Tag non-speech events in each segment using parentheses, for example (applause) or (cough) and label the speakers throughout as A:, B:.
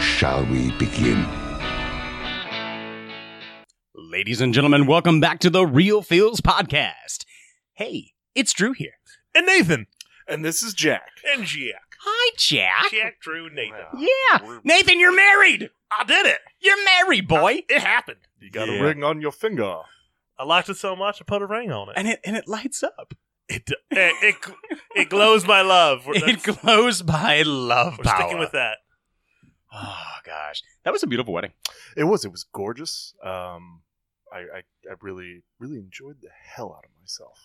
A: shall we begin?
B: Ladies and gentlemen, welcome back to the Real Feels Podcast. Hey, it's Drew here.
C: and Nathan
D: And this is Jack.
C: and Jack.
B: Hi, Jack.
C: Jack, Drew, Nathan.
B: Yeah. Nathan, you're married.
C: I did it.
B: You're married, boy.
C: It happened.
D: You got
B: Yeah.
D: a ring on your finger.
C: I liked it so much, I put a ring on it.
B: And it and it lights up.
C: It it, it, gl- it glows my love. We're,
B: (laughs) It
C: that's-
B: glows by love
C: we're
B: power.
C: sticking with that.
B: Oh gosh, that was a beautiful wedding.
D: It was. It was gorgeous. Um, I, I, I really, really enjoyed the hell out of myself.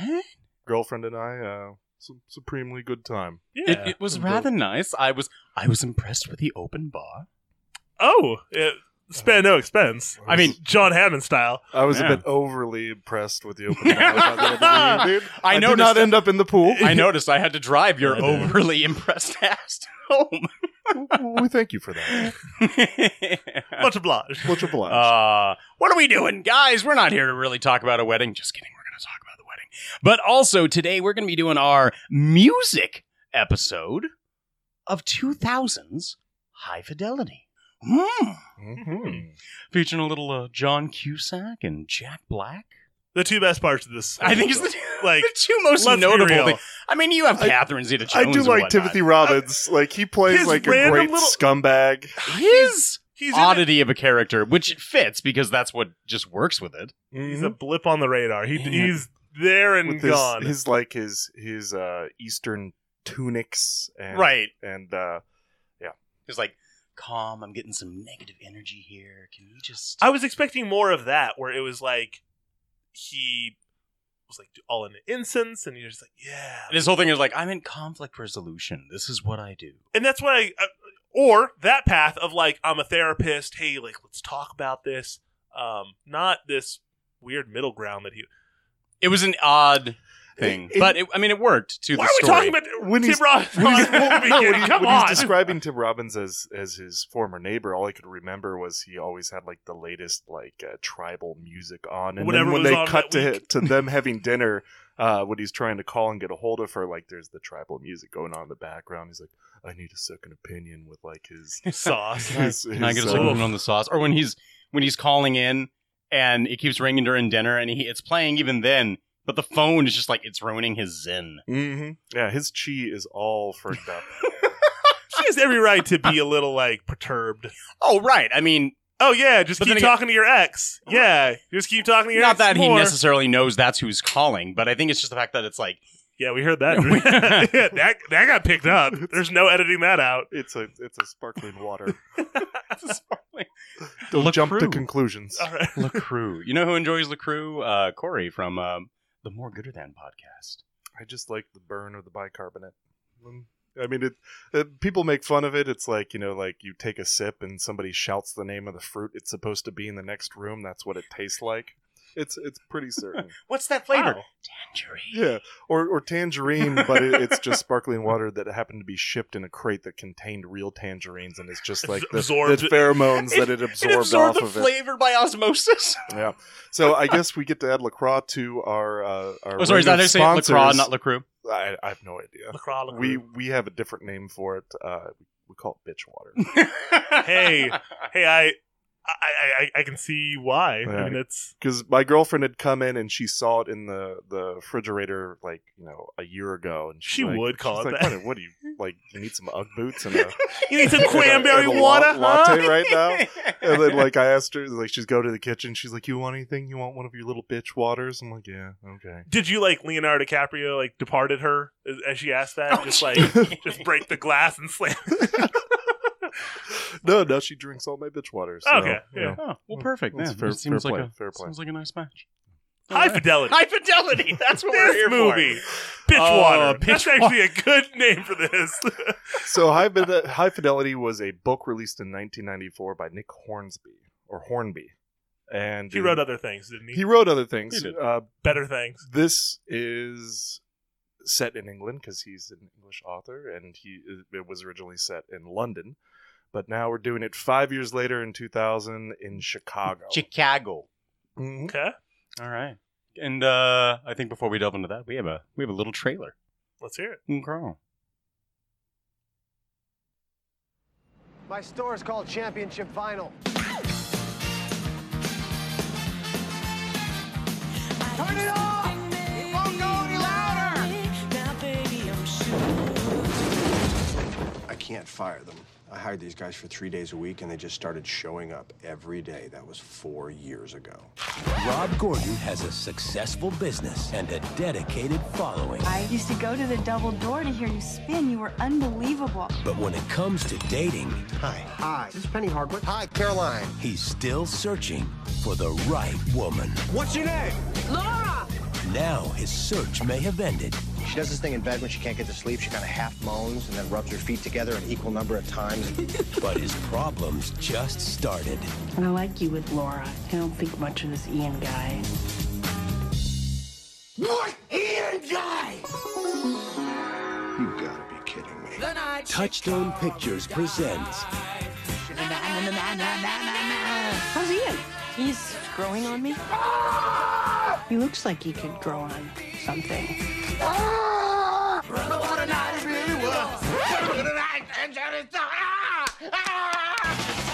B: Right?
D: Girlfriend and I, uh, su- supremely good time.
C: Yeah.
B: It, it was rather nice. I was I was impressed with the open bar.
C: (laughs) oh, it, spare no expense.
B: (laughs)
D: I mean-
C: John Hammond style.
D: I was
B: Yeah.
D: a bit overly impressed with the open house.
C: (laughs)
D: I, did,
B: I
D: I did
B: noticed
D: not
B: that-
D: end up in the pool.
B: I noticed I had to drive your
C: I did.
B: overly impressed (laughs) ass home.
D: we thank you for that.
C: Much obliged.
D: Much obliged.
B: Uh, what are we doing, guys? We're not here to really talk about a wedding. Just kidding. We're going to talk about the wedding. But also, today we're going to be doing our music episode of 2000s High Fidelity. Hmm.
D: Mhm.
B: Featuring a little uh, John Cusack and Jack Black.
C: The two best parts of this.
B: I think it's (laughs) the,
C: Like,
B: the two most
C: let's be
B: notable
C: real.
B: things. I mean, you have
D: I-
B: Catherine Zeta Jones.
D: I do
B: and
D: like
B: whatnot.
D: Timothy Robbins. Uh, like he plays
C: His
D: like a
C: random
D: great
C: little-
D: scumbag.
B: Uh, His
C: he's in it.
B: oddity of a character, which it fits because that's what just works with it.
C: He's a blip on the radar. He,
B: Yeah.
C: He's there and
D: with his,
C: gone.
D: his like his his uh eastern tunics and
C: right.
D: and uh
B: It's like, calm, I'm getting some negative energy here. Can you just. (laughs)
C: I was expecting more of that, where it was like he was like all in incense, and you're just like, yeah.
B: And his whole thing is like, I'm in conflict resolution. This is what I do.
C: and that's what I, uh, or that path of like, I'm a therapist. Hey, like, let's talk about this. Um, not this weird middle ground that he. (laughs)
B: It was an odd thing,
D: It-
B: but it, I mean, it worked to the
C: Why are we
B: story.
C: talking about
D: When
C: Tim
B: (laughs)
D: he's-
C: Robbins?
D: when (laughs) he's,
C: in the
D: well, no, when,
C: beginning?
D: he,
C: Come
D: when
C: on.
D: he's describing Tim Robbins as as his former neighbor, all I could remember was he always had like the latest like uh, tribal music on, and
C: Whatever
D: then when
C: was
D: they
C: on
D: cut to
C: that week.
D: to
C: (laughs)
D: them having dinner, uh, when he's trying to call and get a hold of her, like there's the tribal music going on in the background. He's like, I need a second opinion with like
C: (laughs)
D: his.
C: sauce.
D: his,
B: Can I get
D: his,
B: a
D: uh,
B: second one on the sauce? Or when he's when he's calling in and it keeps ringing during dinner and he, it's playing even then, but the phone is just like it's ruining his zen.
D: Mhm. Yeah, his chi is all fricked
C: (laughs)
D: up.
C: she has every right to be a little like perturbed.
B: Oh right, I mean,
C: Oh yeah, just
B: But
C: keep
B: then again-
C: talking to your ex. Yeah, just keep talking to your
B: not
C: ex.
B: that he
C: more.
B: necessarily knows that's who's calling, but I think it's just the fact that it's like
C: Yeah, we
B: (laughs)
C: heard that. (laughs) yeah, that that got picked up. There's no editing that out.
D: It's a it's a
C: (laughs)
D: sparkling water.
B: Don't
D: Jump to conclusions.
C: All right.
B: LaCrue. You know who enjoys LaCrue? Uh, Corey from um, the More Gooder Than podcast.
D: I just like the burn of the bicarbonate. Mm. I mean, it, it. People make fun of it. It's like you know, like you take a sip and somebody shouts the name of the fruit it's supposed to be in the next room. That's what it tastes like. It's it's pretty (laughs) certain.
B: What's that flavor?
C: Wow.
B: Tangerine.
D: yeah, or or tangerine, but it, it's just sparkling water that happened to be shipped in a crate that contained real tangerines, and it's just like the,
C: Absorbed-
D: the pheromones that (laughs) it absorbed, off
B: the
D: of it.
B: flavor by
D: (laughs)
B: osmosis.
D: Yeah. So I guess we get to add LaCroix to our uh, our.
B: Oh, sorry, is
D: ring
B: that how
D: of
B: they say it?
D: sponsors.
B: LaCroix, not (laughs) LaCrue?
D: I, I have no idea.
C: LaCroix, LaCroix.
D: we we have a different name for it. Uh, we call it bitch water. (laughs)
C: hey, hey, I, I, I, I can see why. I mean, it's
D: Because my girlfriend had come in and she saw it in the, the refrigerator like you know a year ago, and she's
C: She
D: like-
C: would call
D: she's
C: it
D: like,
C: that.
D: What, what
C: (laughs)
D: do you like? You need some UGG boots and a
C: you need (laughs) some
D: and a-
C: cranberry
D: and a la-
C: water,
D: latte
C: huh?
D: right
B: (laughs)
C: (laughs)
D: now. And then like I asked her, like she's go to the kitchen. She's like, "You want anything? You want one of your little bitch waters?" I'm like, "Yeah, okay."
C: Did you like Leonardo DiCaprio like departed her as, as she asked that?
B: Oh,
C: just like just break the glass and slam. (laughs)
D: (laughs) no, now she drinks all my bitch waters. so,
C: Okay,
D: you
C: yeah.
D: know.
B: Oh, well, perfect.
D: hmm. That's
B: Yeah,
D: fair-
B: it seems
D: fair
B: like
D: play,
B: a
D: fair play.
B: seems like a nice match.
C: High fidelity.
B: High fidelity. That's what we're
C: this
B: here
C: movie.
B: for.
C: Bitch
D: Uh,
B: Oh,
C: water. That's
B: Bitch
C: actually a good name for this. (laughs)
D: So High, Fide- High Fidelity was a book released in 1994 by Nick Hornsby or Hornby, and
C: he wrote other things, didn't he?
D: He wrote other things.
C: He did.
D: Uh,
C: Better things.
D: this is set in England because he's an English author, and he it was originally set in London, but now we're doing it five years later in 2000 in Chicago.
B: Chicago.
D: Mhm.
C: Okay.
B: All right. And uh, I think before we delve into that, we have a we have a little trailer.
C: Let's hear it.
B: Mm-hmm.
E: My store is called Championship Vinyl. Turn it off! It won't go any louder!
F: I can't fire them. I hired these guys for three days a week, and they just started showing up every day. That was four years ago.
G: Rob Gordon has a successful business and a dedicated following.
H: I used to go to the double door to hear you spin. You were unbelievable.
G: But when it comes to dating,
F: Hi. Hi. This is Penny Hardwick. Hi, Caroline.
G: he's still searching for the right woman.
F: What's your name?
G: Laura! Now his search may have ended,
F: She does this thing in bed when she can't get to sleep. She kind of half moans and then rubs her feet together an equal number of times.
G: (laughs) but his problems just started.
I: I like you with Laura. I don't think much of this Ian guy.
F: What Ian guy? You gotta be kidding me.
G: Touchstone Pictures presents
I: How's Ian? He's growing on me. He looks like he could grow on something.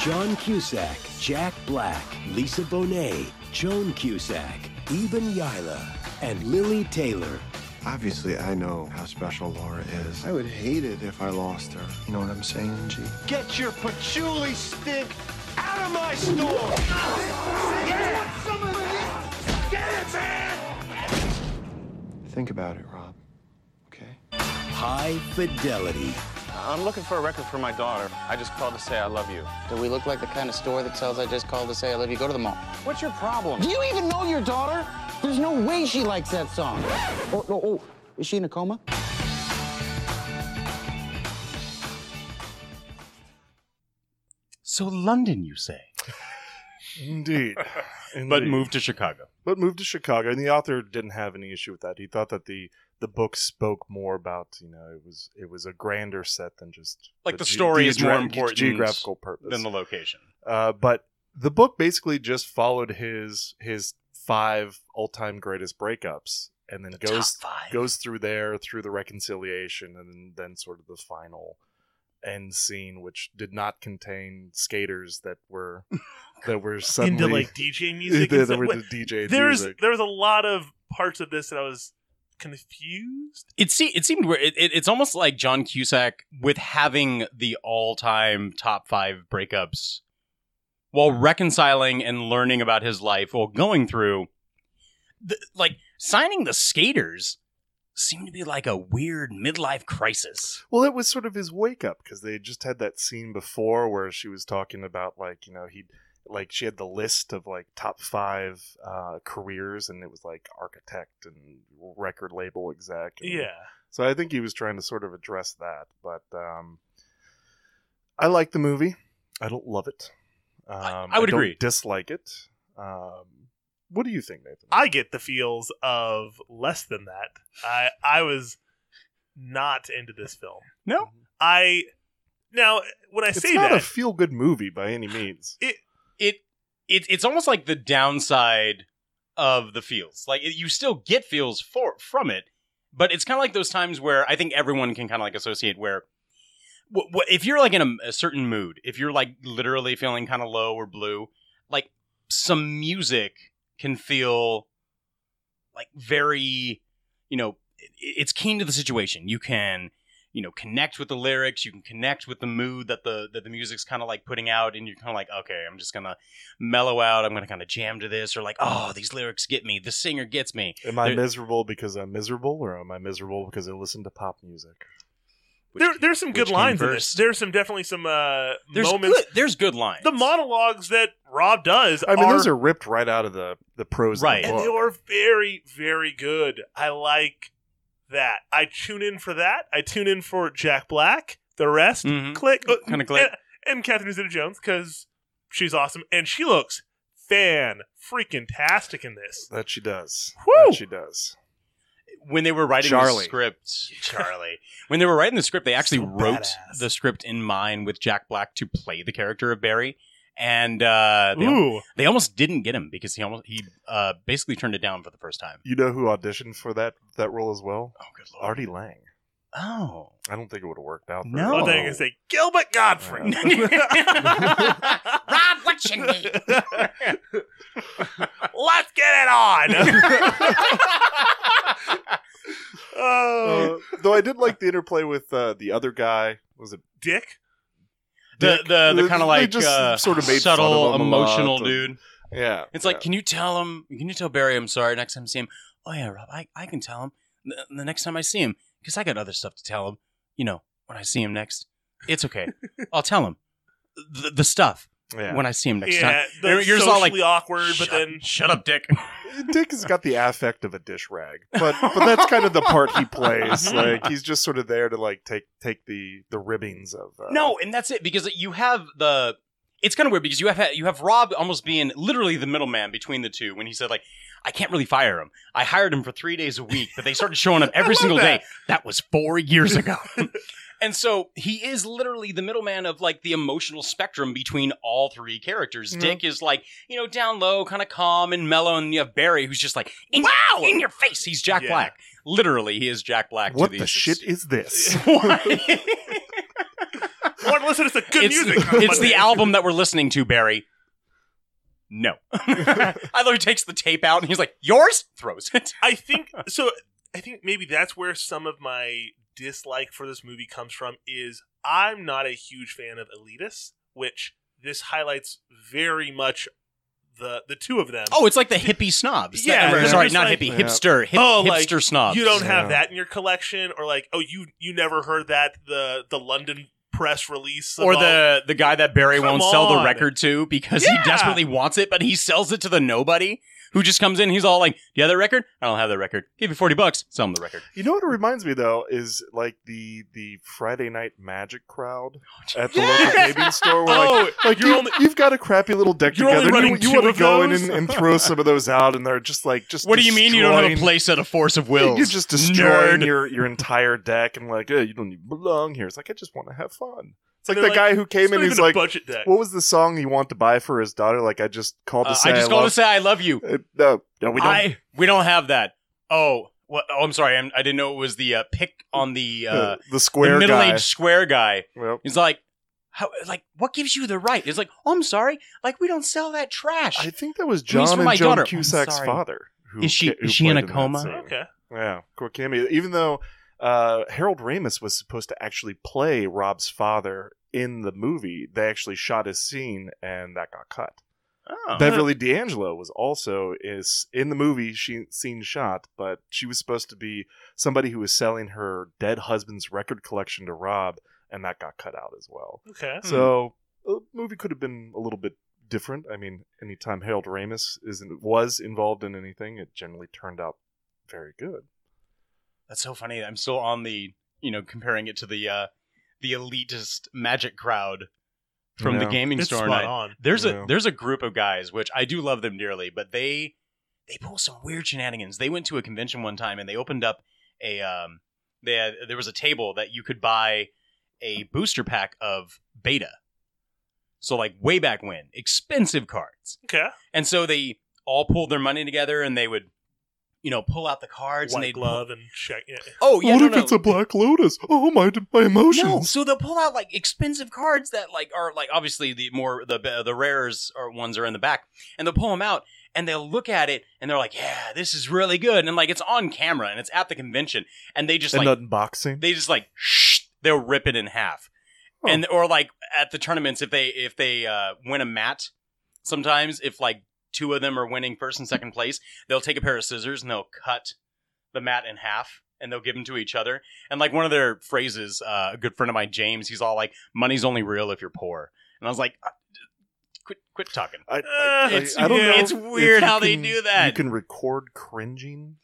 G: John Cusack, Jack Black, Lisa Bonet, Joan Cusack, Eben Yila, and Lily Taylor.
F: Obviously, I know how special Laura is. I would hate it if I lost her. You know what I'm saying, G?
E: Get your patchouli stink out of my store!
F: Think about it, Rob. Okay?
G: High Fidelity.
J: I'm looking for a record for my daughter. I just called to say I love you. Do we look like the kind of store that sells I just called to say I love you? Go to the mall. What's your problem? Do you even know your daughter? There's no way she likes that song. Oh, no, oh, is she in a coma?
B: So London, you say?
C: (laughs)
D: Indeed.
B: But moved to Chicago.
D: But moved to Chicago, and the author didn't have any issue with that. He thought that the the book spoke more about you know it was it was a grander set than just
B: Like the
D: ge-
B: story
D: the
B: is more
D: geogra-
B: important
D: geographical purpose
B: than the location.
D: Uh, but the book basically just followed his his five all time greatest breakups, and then goes goes through there through the reconciliation, and then, then sort of the final end scene, which did not contain skaters that were
B: (laughs)
D: that were suddenly
C: Into like
D: (laughs)
C: DJ music.
D: That
C: and stuff.
D: were
C: What-
D: the DJ
C: There's
D: music.
C: there was a lot of parts of this that I was confused.
B: It see it seemed weird. It, it, it's almost like John Cusack with having the all time top five breakups while reconciling and learning about his life while going through the, like signing the skaters seemed to be like a weird midlife crisis.
D: Well, it was sort of his wake up because they had just had that scene before where she was talking about like you know he like she had the list of like top five uh, careers and it was like architect and record label exec. and-
C: Yeah.
D: So I think he was trying to sort of address that, but um, I like the movie. I don't love it. Um,
B: I would
D: don't
B: agree.
D: Dislike it. Um, what do you think, Nathan?
C: I get the feels of less than that. I I was not into this film.
B: No.
C: I now when I
D: it's
C: say
D: not
C: that
D: a feel good movie by any means.
C: it
B: It it it's almost like the downside of the feels. Like it, you still get feels for from it, but it's kind of like those times where I think everyone can kind of like associate where wh- wh- if you're like in a, a certain mood, if you're like literally feeling kind of low or blue, like some music can feel like very, you know, it, it's keen to the situation. You can, you know, connect with the lyrics. You can connect with the mood that the that the music's kind of like putting out, and you're kind of like, okay, I'm just gonna mellow out. I'm gonna kind of jam to this, or like, oh, these lyrics get me. The singer gets me.
D: Am I
B: There-
D: miserable because I'm miserable, or am I miserable because I listen to pop music?
C: There, there's some good
B: which came
C: lines in this.
B: first?
C: There's some definitely some uh,
B: There's
C: moments.
B: good- there's good lines.
C: The monologues that Rob does.
D: I mean,
C: are,
D: those are ripped right out of the the prose. Right.
C: and they are very, very good. I like that. I tune in for that. I tune in for Jack Black. The rest,
B: Mm-hmm.
C: click, kind of click, and, and Catherine Zeta-Jones because she's awesome and she looks fan freaking tastic in this.
D: That she does.
C: Woo!
D: That she does.
B: when they were writing
D: Charlie.
B: the script, Charlie. when they were writing the script, they actually wrote the script in mind with Jack Black to play the character of Barry, and uh, they,
D: Ooh.
B: they almost didn't get him because he almost he uh, basically turned it down for the first time.
D: You know who auditioned for that that role as well? Oh,
B: good
D: lord, Artie Lang.
B: Oh,
D: I don't think it would have worked out.
B: No. Oh,
C: I thought you were
B: (laughs)
C: gonna
D: (laughs)
C: say Gilbert Godfrey.
H: (laughs) Rob, what you need?
C: Let's get it on. oh,
D: Uh, though I did like the interplay with uh, the other guy. Was it
C: Dick?
B: The
D: Dick?
B: the,
D: They
B: the kind of like
D: just
B: uh,
D: sort of made fun
B: subtle
D: of him a lot
B: emotional
D: and-
B: dude.
D: Yeah,
B: it's like, can you tell him? Can you tell Barry? I'm sorry. Next time I see him, oh yeah, Rob, I, I can tell him. The, the next time I see him, because I got other stuff to tell him. You know, when I see him next, it's
D: (laughs)
B: okay. I'll tell him the, the stuff
D: Yeah.
B: when I see him next
C: yeah,
B: time.
C: the
B: You're- you're just
C: socially
B: all like,
C: awkward, but
B: "Shut-
C: then
B: shut up, Dick.
D: Dick has got the affect of a dish rag, but but that's kind of the part he plays.
B: Mhm.
D: Like he's just sort of there to like take take the the ribbings of uh,
B: No, and that's it because you have the. It's kind of weird because you have you have Rob almost being literally the middleman between the two when he said like, I can't really fire him. I hired him for three days a week, but they started showing
D: (laughs)
B: up every single day. That was four years ago. And so he is literally the middleman of like the emotional spectrum between all three characters.
D: Mm-hmm.
K: Mhm.
B: Dick is like, you know, down low, kind of calm and mellow, and you have Barry who's just like, in, wow, in your face. He's Jack
D: Yeah.
B: Black. Literally, he is Jack Black.
D: what
B: to
D: the
B: (laughs)
D: shit is this?
C: want to listen to some good
B: it's,
C: music.
B: (laughs)
C: on
B: It's
C: (laughs) Monday.
B: the album that we're listening to, Barry. No. (laughs) I love he takes the tape out and he's like, yours? Throws it.
C: I
D: (laughs)
C: think so. I think maybe that's where some of my dislike for this movie comes from. Is I'm not a huge fan of elitists, which this highlights very much the the two of them.
B: (laughs) Oh, it's like the hippie snobs.
C: Yeah,
B: Or,
C: they're
B: sorry,
C: just
B: not
C: like-
B: hippie,
C: Yeah.
B: hipster, hip,
C: Oh, like,
B: hipster snobs.
C: You don't have that in your collection, or like, oh, you you never heard that the the London press release,
B: Or
C: about-
B: the the guy that Barry
C: Come
B: won't sell the
C: on.
B: record to because
C: Yeah.
B: he desperately wants it, but he sells it to the nobody who just comes in. He's all like, "You have that record? I don't have that record. Give you forty bucks. Sell him the record."
D: You know what it reminds me though is like the the Friday night magic crowd at the
C: Yes!
D: local gaming store. Where,
C: Oh,
D: like, like
C: you're
D: you,
C: only-
D: have got a crappy little deck
C: You're only
D: together. and
C: running
D: you
C: two
D: want
C: of
D: to go in
C: those?
D: and, and throw some of those out, and they're just like just.
B: What do you mean you don't have a
D: destroying-
B: place at a force of wills?
D: (laughs) You're just destroying
B: Nerd.
D: your your entire deck and like, eh, you don't even belong here. It's like I just want to have fun. It's like
C: They're
D: the
C: like,
D: guy who
C: "It's
D: came in.
C: not
D: He's
C: even a
D: like,
C: budget deck."
D: "What was the song you want to buy for his daughter?" Like, I just called to
B: Uh,
D: say,
B: I just called
D: love-
B: to say I love you.
D: Uh, no, no, we don't.
B: I (laughs) we don't have that. Oh, what, oh, I'm sorry. I'm, I didn't know it was the uh, pick on the uh,
D: Uh, the square
B: middle
D: guy.
B: aged square guy.
D: Yep.
B: He's like, how, like what gives you the right? It's like, oh, I'm sorry. Like we don't sell that trash.
D: I think that was
B: At least
D: John
B: for
D: and
B: my
D: Joan
B: daughter. I'm
D: Cusack's
B: sorry.
D: father.
B: Is she-
D: ca- who
B: is she in
D: played
B: a
D: that
B: coma?
D: scene.
C: Okay.
D: Yeah, quick cameo. Even though uh, Harold Ramis was supposed to actually play Rob's father in the movie, they actually shot his scene and that got cut.
B: (laughs) Oh.
D: Beverly D'Angelo was also is in the movie she scene shot, but she was supposed to be somebody who was selling her dead husband's record collection to Rob, and that got cut out as well.
C: Okay.
B: Hmm.
D: So the movie could have been a little bit different. I mean, anytime Harold Ramis is was involved in anything, it generally turned out very good.
B: That's so funny. I'm still on the you know comparing it to the uh, the elitist magic crowd from the
D: Yeah.
B: gaming
D: It's
B: store.
D: spot
B: night.
D: on.
B: There's
D: Yeah.
B: a there's a group of guys which I do love them dearly, but they they pull some weird shenanigans. They went to a convention one time and they opened up a um they had, there was a table that you could buy a booster pack of beta. So like way back when, expensive cards.
C: Okay.
B: And so they all pulled their money together and they would you know pull out the cards and
C: White
B: they'd
C: glove and check. Yeah.
B: Oh yeah,
D: what
B: no,
D: if
B: no.
D: it's a Black Lotus? Oh my, my emotions!
B: No, so they'll pull out like expensive cards that like are like obviously the more the be- the rares or ones are in the back, and they'll pull them out and they'll look at it and they're like, yeah, this is really good, and like it's on camera and it's at the convention, and they just
D: An
B: like
D: unboxing.
B: they just like shh, they'll rip it in half,
D: Oh.
B: and or like at the tournaments if they if they uh, win a mat, sometimes if like two of them are winning first and second place, they'll take a pair of scissors and they'll cut the mat in half and they'll give them to each other. And like one of their phrases, uh, a good friend of mine, James, he's all like, "Money's only real if you're poor," and I was like. "Uh, Quit, quit talking.
D: I-
B: uh, it's,
D: I don't know
B: it's
D: if
B: weird
D: you
B: how they
D: can-
B: do that. (laughs)
D: You can record cringing,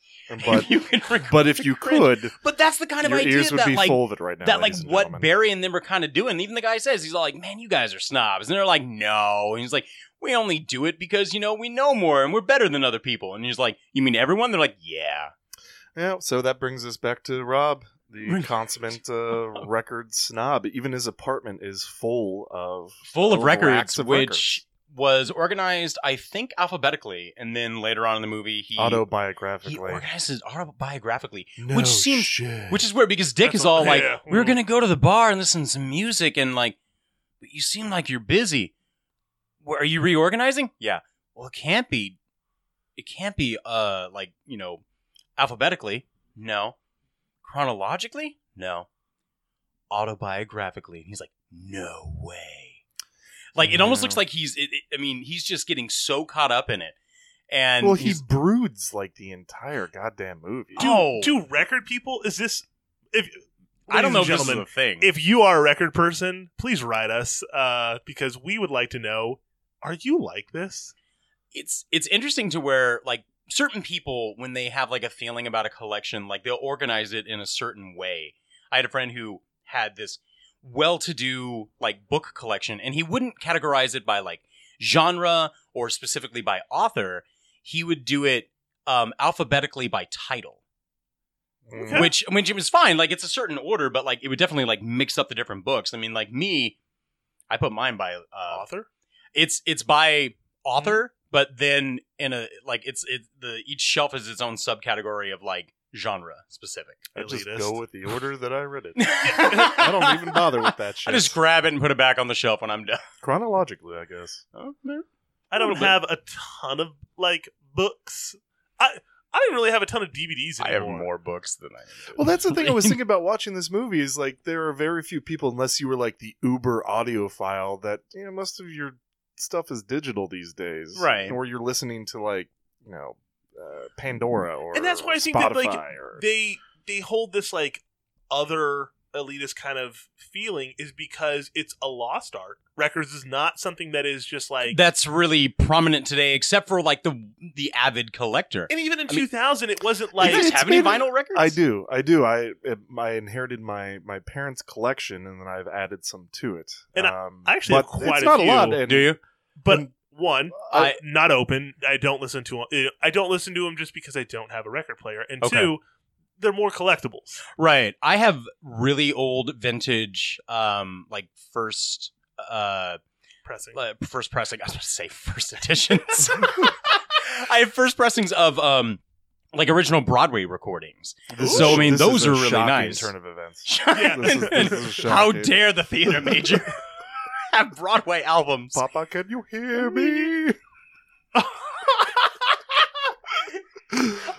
D: but
B: You can record
D: but if you
B: cringe.
D: could,
B: But that's the kind of
D: your
B: idea
D: ears would
B: that
D: be
B: like
D: full of it right now.
B: That like
D: ladies and
B: what
D: gentlemen.
B: Barry and them are kind of doing. Even the guy says he's all like, "Man, you guys are snobs," and they're like, "No," and he's like, "We only do it because you know we know more and we're better than other people." And he's like, "You mean everyone?" They're like, "Yeah."
D: Yeah, so that brings us back to Rob, the
B: (laughs)
D: consummate uh, record snob. Even his apartment is full of
B: full of records,
D: racks of
B: which
D: records.
B: was organized, I think, alphabetically, and then later on in the movie, he
D: autobiographically.
B: He organizes it autobiographically,
D: No
B: which seems,
D: shit.
B: which is weird because Dick
D: That's
B: is all
D: a-
B: like,
D: yeah.
B: "We were gonna go to the bar and listen to some music," and like, "But you seem like you're busy. Wh- Are you reorganizing?" Yeah. Well, it can't be. It can't be. Uh, like you know, alphabetically. No. Chronologically. No. Autobiographically, and he's like, "No way." Like it almost
D: Yeah.
B: looks like he's. It, it- I mean, he's just getting so caught up in it, and
D: well, he
B: he's-
D: broods like the entire goddamn movie.
B: Do- Oh.
C: Do record people? Is this if
B: I don't
C: ladies
B: know
C: and
B: if this is
C: gentlemen,
B: a thing.
C: If you are a record person, please write us uh, because we would like to know: Are you like this?
B: it's it's interesting to where like certain people when they have like a feeling about a collection, like they'll organize it in a certain way. I had a friend who had this well-to-do like book collection, and he wouldn't categorize it by like genre or specifically by author. He would do it um, alphabetically by title.
D: (laughs) Okay.
B: which which it was fine. Like it's a certain order, but like it would definitely like mix up the different books. I mean, like me, I put mine by uh,
C: author.
B: It's it's by author,
D: Mm-hmm.
B: but then in a like it's it the each shelf is its own subcategory of like genre specific.
D: I just
B: (laughs)
D: go with the order that I read it. I don't even bother with that
B: I
D: shit.
B: just grab it and put it back on the shelf when I'm done.
D: chronologically, I guess.
C: I don't
B: Little bit.
C: have a ton of like books. I I don't really have a ton of DVDs
B: I have
C: anymore.
B: more books than I.
D: Well, that's the thing
B: (laughs)
D: I was thinking about watching this movie is like there are very few people, unless you were like the uber audiophile, that you know most of your stuff is digital these days,
C: Right.
D: Or you're listening to like you know uh, Pandora or
C: and that's why I think
D: Spotify
C: that like
D: or
C: they they hold this like other elitist kind of feeling is because it's a lost art. Records is not something that is just like
B: That's really prominent today, except for like the the avid collector.
C: And even in
B: I mean,
C: 2000, it wasn't like
B: guys have any vinyl records?
D: I do, I do. I I inherited my my parents' collection, and then I've added some to it.
C: And I-
D: um,
C: I actually
D: but
C: have quite
D: it's
C: a
D: not
C: few.
D: a lot. And,
B: Do you?
C: But one,
D: I-
C: I, not open. I don't listen to 'em- I don't listen to them just because I don't have a record player. And
B: Okay.
C: two, they're more collectibles.
B: Right. I have really old vintage, um, like first, uh,
C: pressing,
B: first pressing. I was about to say first editions. I have first pressings of um, like original Broadway recordings.
D: This
B: so
D: is-
B: I mean,
D: this
B: those
D: is a
B: are really
D: shocking
B: nice.
D: turn of events.
B: Yeah. (laughs)
D: This is- this is a
B: How
D: shocking-
B: dare the theater major
D: (laughs)
B: have Broadway albums?
D: Papa, can you hear me?
B: (laughs)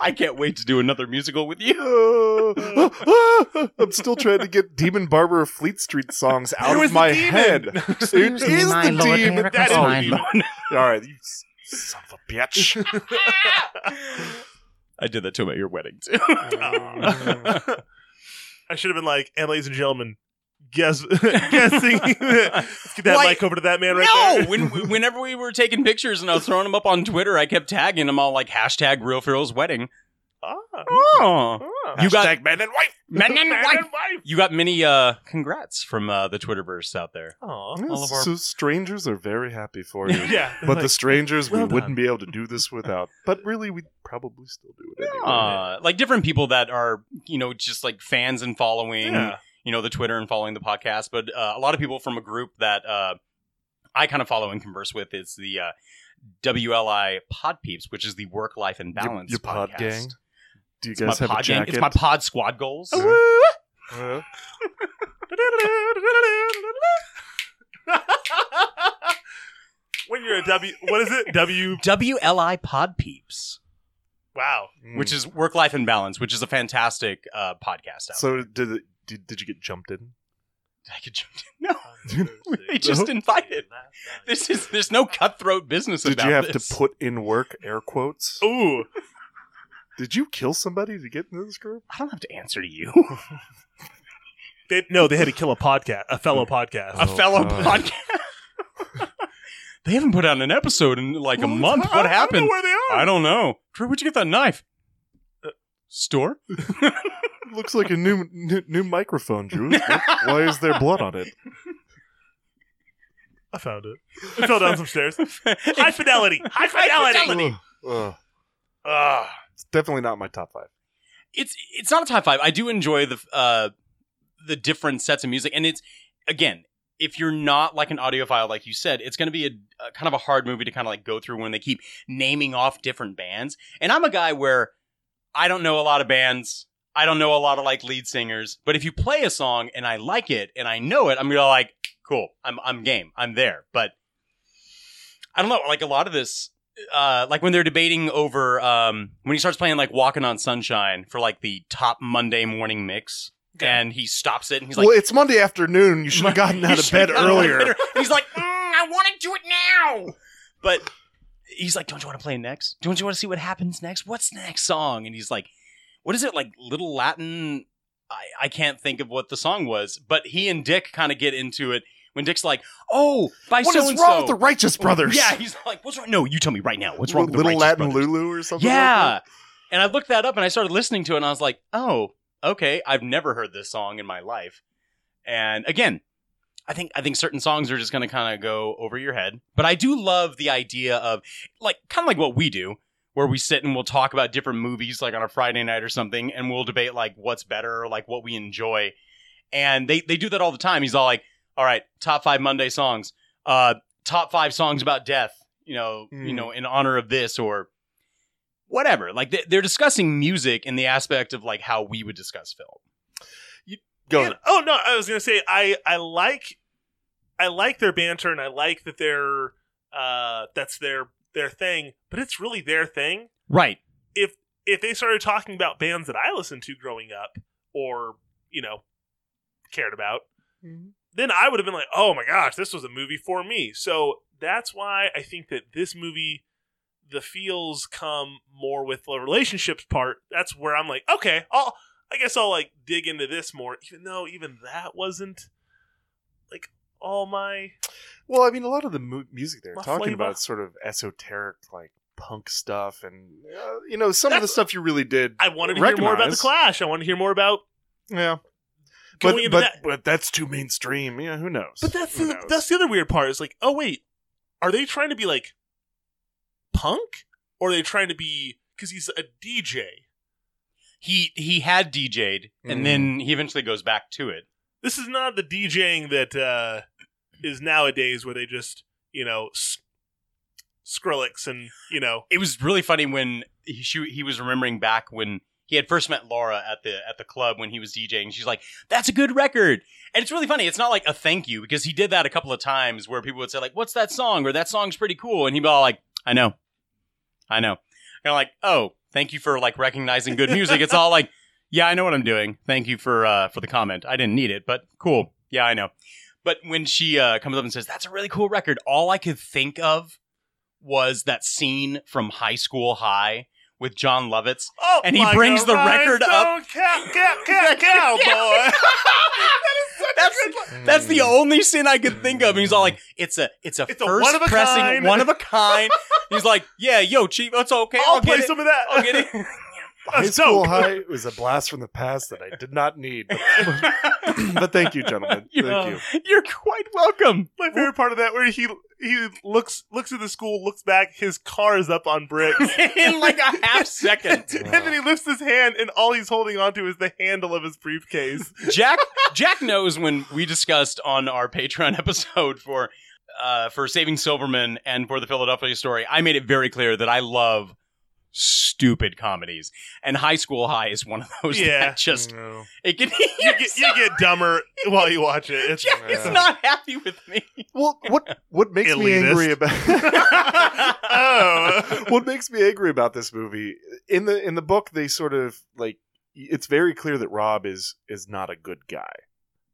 B: I can't wait to do another musical with you.
D: (laughs) I'm still trying to get Demon Barber of Fleet Street songs out of
C: (laughs)
D: my head. It is
C: me, my
D: the
C: lord,
D: demon.
C: here comes
D: Oh,
C: my
D: you-
C: lord.
D: All right, you s- son of
C: (laughs)
D: a bitch. (laughs)
B: I did that to him at your wedding too.
C: I should have been like, and ladies and gentlemen, guess guessing. (laughs) Let's get that
B: Why-
C: mic over to that man right
B: no,
C: (laughs) there.
B: when, whenever we were taking pictures and I was throwing them up on Twitter, I kept tagging them all like hashtag Real Feral's wedding.
D: Ah.
B: Oh, you got
D: man and
B: (laughs)
D: wife,
B: man
C: (laughs)
B: and wife. You got many uh, congrats from uh, the Twitterverse out there. Uh,
C: Oh,
B: all of our
D: So strangers are very happy
C: (laughs)
D: for
B: (laughs)
D: you.
B: Yeah,
D: but the
B: like,
D: strangers we
B: well
D: wouldn't be able to do this without. But really, we probably still do it anyway.
B: uh, like different people that are you know just like fans and following
D: Yeah.
B: you know the Twitter and following the podcast, but uh, a lot of people from a group that uh, I kind of follow and converse with is the uh, WLI Pod Peeps, which is the Work Life and
D: Your-
B: Balance
D: your pod
B: podcast.
D: gang? Do you
B: It's
D: guys
B: my
D: have a
B: pod gang. It's
D: jacket?
B: my pod squad goals.
D: Yeah. Yeah.
B: Uh-huh. (laughs)
C: when you're a W, what is it? W
B: WLI Pod Peeps,
C: Wow.
B: which is Work Life and Balance, which is a fantastic uh, podcast. Out.
D: So did, it, did did you get jumped in?
B: (laughs) I could jump
C: (laughs)
B: in. No, (laughs) they just invited. This is there's no cutthroat business
D: Did
B: about Oh.
D: you have
B: this.
D: to put in work air quotes?
C: Ooh.
D: Did you kill somebody to get into this group?
B: I don't have to answer to you.
C: (laughs) They, no, they had to kill a podcast, a fellow podcast,
B: Mm.
C: Oh,
B: a fellow podcast.
C: (laughs)
B: they haven't put out an episode in like a
C: Well,
B: month.
C: I- I
B: What
C: don't
B: happened?
C: know where they are.
B: I don't know. Drew, where'd you get that knife? Uh, Store? (laughs)
D: Looks like a new new, new microphone, Drew.
B: (laughs)
D: What- Why is there blood on it?
C: I found it. It fell down
B: (laughs)
C: some stairs. High fidelity. High
B: High
C: fidelity.
B: fidelity.
D: Ugh.
C: Ugh.
D: It's definitely not my top five.
B: it's it's not a top five. I do enjoy the uh the different sets of music, and it's again, if you're not like an audiophile, like you said, it's going to be a, a kind of a hard movie to kind of like go through when they keep naming off different bands. And I'm a guy where I don't know a lot of bands. I don't know a lot of like lead singers, but if you play a song and I like it and I know it, I'm gonna like, cool, I'm I'm game, I'm there. But I don't know, like a lot of this, uh, like when they're debating over um, when he starts playing like "Walking on Sunshine" for like the top Monday morning mix, and he stops it and he's like,
D: well, it's Monday afternoon. You should
B: (laughs)
D: have gotten out
B: "You
D: of
B: should've
D: bed
B: gotten out of
D: earlier.
B: bed ear-" And he's like, "Mm, I want to do it now, but he's like, "Don't you want to play next? Don't you want to see what happens next? What's the next song?" And he's like, "What is it like? Little Latin? I I can't think of what the song was, but he and Dick kind of get into it." When Dick's like, "Oh, by
D: What
B: so
D: is wrong with the Righteous Brothers? (laughs)
B: Yeah, he's like, "What's wrong?" No, you tell me right now. What's wrong with the
D: Little
B: Righteous
D: Latin
B: Brothers?
D: Lulu or something? like
B: Yeah.
D: that?
B: and I looked that up and I started listening to it and I was like, oh, okay, I've never heard this song in my life. And again, I think I think certain songs are just gonna kinda go over your head. But I do love the idea of like kind of like what we do, where we sit and we'll talk about different movies like on a Friday night or something, and we'll debate like what's better or like what we enjoy. And they they do that all the time. He's all like, All right, top five Monday songs, uh, top five songs about death, you know, you
L: Hmm.
B: know, in honor of this or whatever. Like they- they're discussing music in the aspect of like how we would discuss film. Go
C: And- oh no, I was gonna say I I like I like their banter and I like that they're uh that's their their thing, but it's really their thing.
B: Right.
C: If if they started talking about bands that I listened to growing up or, you know, cared about, then I would have been like, "Oh my gosh, this was a movie for me." So that's why I think that this movie, the feels come more with the relationships part. That's where I'm like, "Okay, I'll, I guess I'll like dig into this more," even though even that wasn't like all my.
D: Well, I mean, a lot of the mu- music they're
C: My
D: talking
C: flavor.
D: about is sort of esoteric, like punk stuff, and uh, you know, some of the stuff you really did.
C: I wanted to hear more about the
D: recognize.
C: Clash. I wanted to hear more about
D: Yeah.
C: going
D: But,
C: into
D: but,
C: that.
D: but that's too mainstream. Yeah, who knows?
C: But that's the, that's the other weird part is like, oh wait, are they trying to be like punk, or are they trying to be because he's a DJ?
B: He he had DJ'd and
C: Mm.
B: then he eventually goes back to it.
C: This is not the DJing that uh, is nowadays, where they just you know s- Skrillex and you know
B: It was really funny when he she, he was remembering back when he had first met Laura at the at the club when he was DJing. She's like, "That's a good record," and it's really funny. It's not like a thank you because he did that a couple of times where people would say like, "What's that song?" or "That song's pretty cool," and he'd be all like, "I know, I know," and I'm like, "Oh, thank you for like recognizing good music." It's all like, "Yeah, I know what I'm doing. Thank you for uh, for the comment. I didn't need it, but cool. Yeah, I know." But when she uh, comes up and says, "That's a really cool record," all I could think of was that scene from High School High with John Lovitz, and he
C: like
B: brings
C: a
B: the record up.
C: rhinestone Cow,
B: (laughs)
C: cow, cow,
B: Cowboy.
C: cowboy.
B: That's, that's the only scene I could think of. And he's all like, "It's a, it's a
C: a
B: first
C: one-of-a-kind.
B: pressing, one of a kind." he's like, "Yeah, yo, chief, that's okay. I'll,
C: I'll play
B: get it.
C: some of that.
B: (laughs) I'll get
C: (laughs)
B: it."
D: High
B: That's
D: school
B: dope.
D: high was a blast from the past that I did not need. (laughs) but thank
C: (laughs)
D: you, gentlemen. Thank you.
B: You're quite welcome.
C: My favorite part of that where he he looks looks at the school, looks back, his car is up
B: (laughs)
C: on bricks.
B: (laughs) In like a half second.
C: and then he lifts his hand and all he's holding onto is the handle of his briefcase.
B: Jack Jack knows when we discussed on our Patreon (laughs) episode for uh, for saving Silverman and for the Philadelphia story, I made it very clear that I love stupid comedies, and High School High is one of those (laughs)
C: Yeah.
B: that just
C: No.
B: it can. (laughs)
C: You get, you get dumber while you watch it. It's, uh,
B: Jack is not happy with me.
D: Well, what what makes me
C: Elitist.
D: angry about
B: (laughs)
D: (laughs)
C: (laughs) oh.
D: what makes me angry about this movie in the in the book they sort of like it's very clear that Rob is is not a good guy,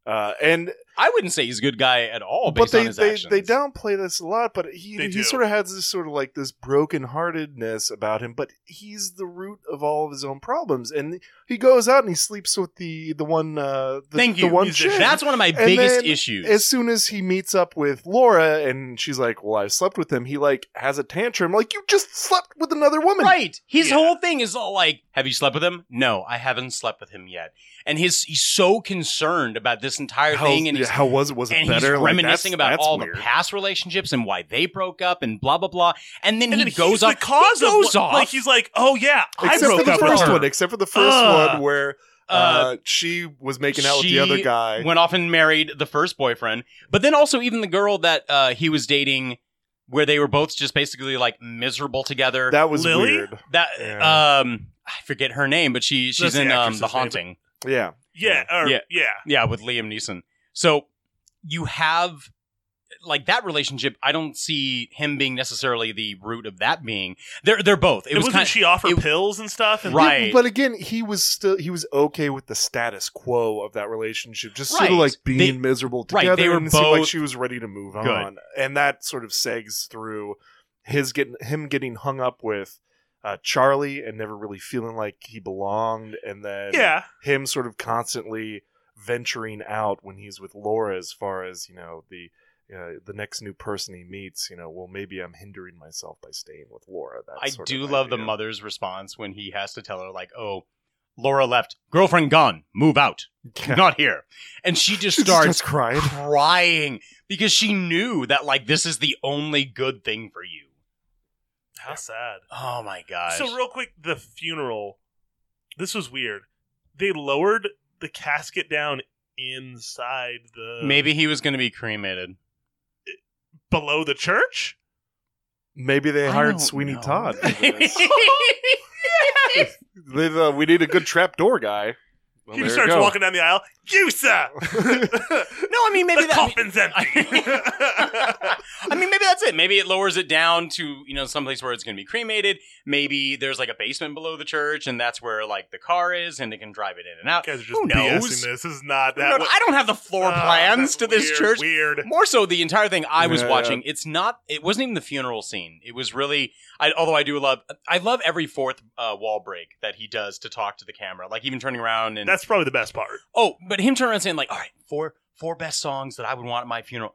D: uh, and
B: I wouldn't say he's a good guy at all
D: but
B: based
D: they
B: on his
D: they,
B: actions.
D: they downplay this a lot but he,
B: They
D: he
B: do.
D: sort of has this sort of like this brokenheartedness about him but he's the root of all of his own problems and he goes out and he sleeps with the the one uh the,
B: Thank
D: the
B: you,
D: one
B: musician.
D: chick.
B: That's one of my
D: And
B: biggest
D: then
B: issues.
D: as soon as he meets up with laura and she's like well i slept with him he like has a tantrum like you just slept with another woman
B: right His whole thing is all like, "Have you slept with him?" No, I haven't slept with him yet. And his he's so concerned about this entire
D: How-
B: thing. And
D: yeah,
B: he's-
D: how was it? Was it
B: and
D: better?
B: He's
D: Like,
B: reminiscing
D: that's-
B: about
D: that's
B: all
D: weird.
B: the past relationships and why they broke up and blah blah blah. And then
C: And
B: he
C: then
B: goes
C: he's the
B: off.
C: cause
B: he
C: of
B: goes
C: what-
B: off.
C: like, he's like, oh yeah, I
D: except
C: broke
D: for the
C: up with
D: first
C: her.
D: one except for the first
C: Ugh.
D: one where uh,
B: Uh,
D: she was making out with the other
B: She
D: guy
B: Went off and married the first boyfriend, but then also even the girl that uh, he was dating, where they were both just basically like miserable together.
D: That was Lily? weird.
B: That
D: Yeah.
B: um, I forget her name, but she she's
C: That's the
B: in um,
C: actress's
B: the
C: name.
B: haunting.
D: yeah
C: Yeah, or, yeah, yeah.
B: yeah, with Liam Neeson. So you have like that relationship. I don't see him being necessarily the root of that being. They're they're both. It,
C: And
B: was
C: wasn't
B: kind
C: she offer pills and stuff? And
B: right?
D: Yeah, but again, he was still he was okay with the status quo of that relationship, just sort
B: Right.
D: of like being
B: They-
D: miserable
B: right,
D: together.
B: they were
D: and it seemed like
B: both
D: she was ready to move
B: good.
D: on, and that sort of segs through his getting him getting hung up with uh, Charlie and never really feeling like he belonged, and then
C: Yeah.
D: him sort of constantly venturing out when he's with Laura, as far as you know the. Uh, the next new person he meets, you know, well, maybe I'm hindering myself by staying with Laura. That
B: I
D: sort
B: do
D: of
B: love the
D: idea.
B: mother's response when he has to tell her, like, oh, Laura left. Girlfriend gone. Move (laughs) out. Not here. And she just starts
D: crying.
B: crying because she knew that, like, this is the only good thing for you.
C: How sad.
B: Oh my gosh.
C: So real quick, the funeral. This was weird. They lowered the casket down inside the
B: Maybe he was going to be cremated.
C: below the church.
D: Maybe they
C: I
D: hired
C: don't
D: Sweeney
C: know.
D: Todd.
B: (laughs)
C: (laughs)
D: for this. they thought, we need a good trapdoor guy. Well,
C: he
D: there you
C: starts
D: go.
C: walking down the aisle. You
D: (laughs)
C: sir.
B: No, I mean maybe
C: the
B: that-
C: coffin's empty.
B: (laughs) I mean, maybe that's it. Maybe it lowers it down to you know someplace where it's going to be cremated. Maybe there's like a basement below the church, and that's where like the car is, and they can drive it in and out.
C: guys are just
B: Who knows?
C: BSing this. This is not
B: No,
C: that.
B: no, I don't have the floor
C: Ah,
B: plans
C: that's
B: to this
C: weird,
B: church.
C: Weird.
B: More so, the entire thing I was
D: Yeah.
B: watching. It's not. It wasn't even the funeral scene. It was really. I, although I do love. I love every fourth uh, wall break that he does to talk to the camera. Like even turning around and
C: That's probably the best part.
B: Oh, but him turning around and saying like, "All right, four four best songs that I would want at my funeral."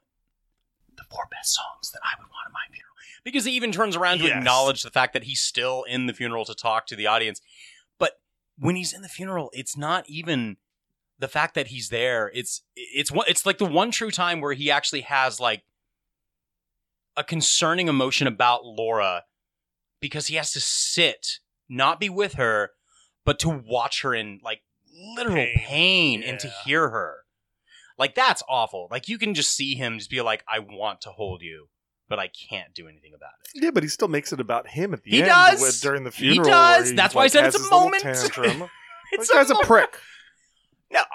B: The four best songs that I would want at my funeral, because he even turns around to
C: Yes.
B: acknowledge the fact that he's still in the funeral to talk to the audience. But when he's in the funeral, it's not even the fact that he's there. It's it's one. It's like the one true time where he actually has like a concerning emotion about Laura because he has to sit, not be with her, but to watch her in like literal pain, and to hear her. Like that's awful. Like you can just see him just be like, I want to hold you, but I can't do anything about it.
D: Yeah, but he still makes it about him at the
B: He
D: end.
B: does.
D: with- during the
B: He
D: funeral.
B: does.
D: where he,
B: That's why I
D: like,
B: said
D: has
B: it's a
D: his little
B: moment. (laughs)
D: Tantrum.
B: It's
D: That guy's a
B: mo-
D: prick.
B: No, I-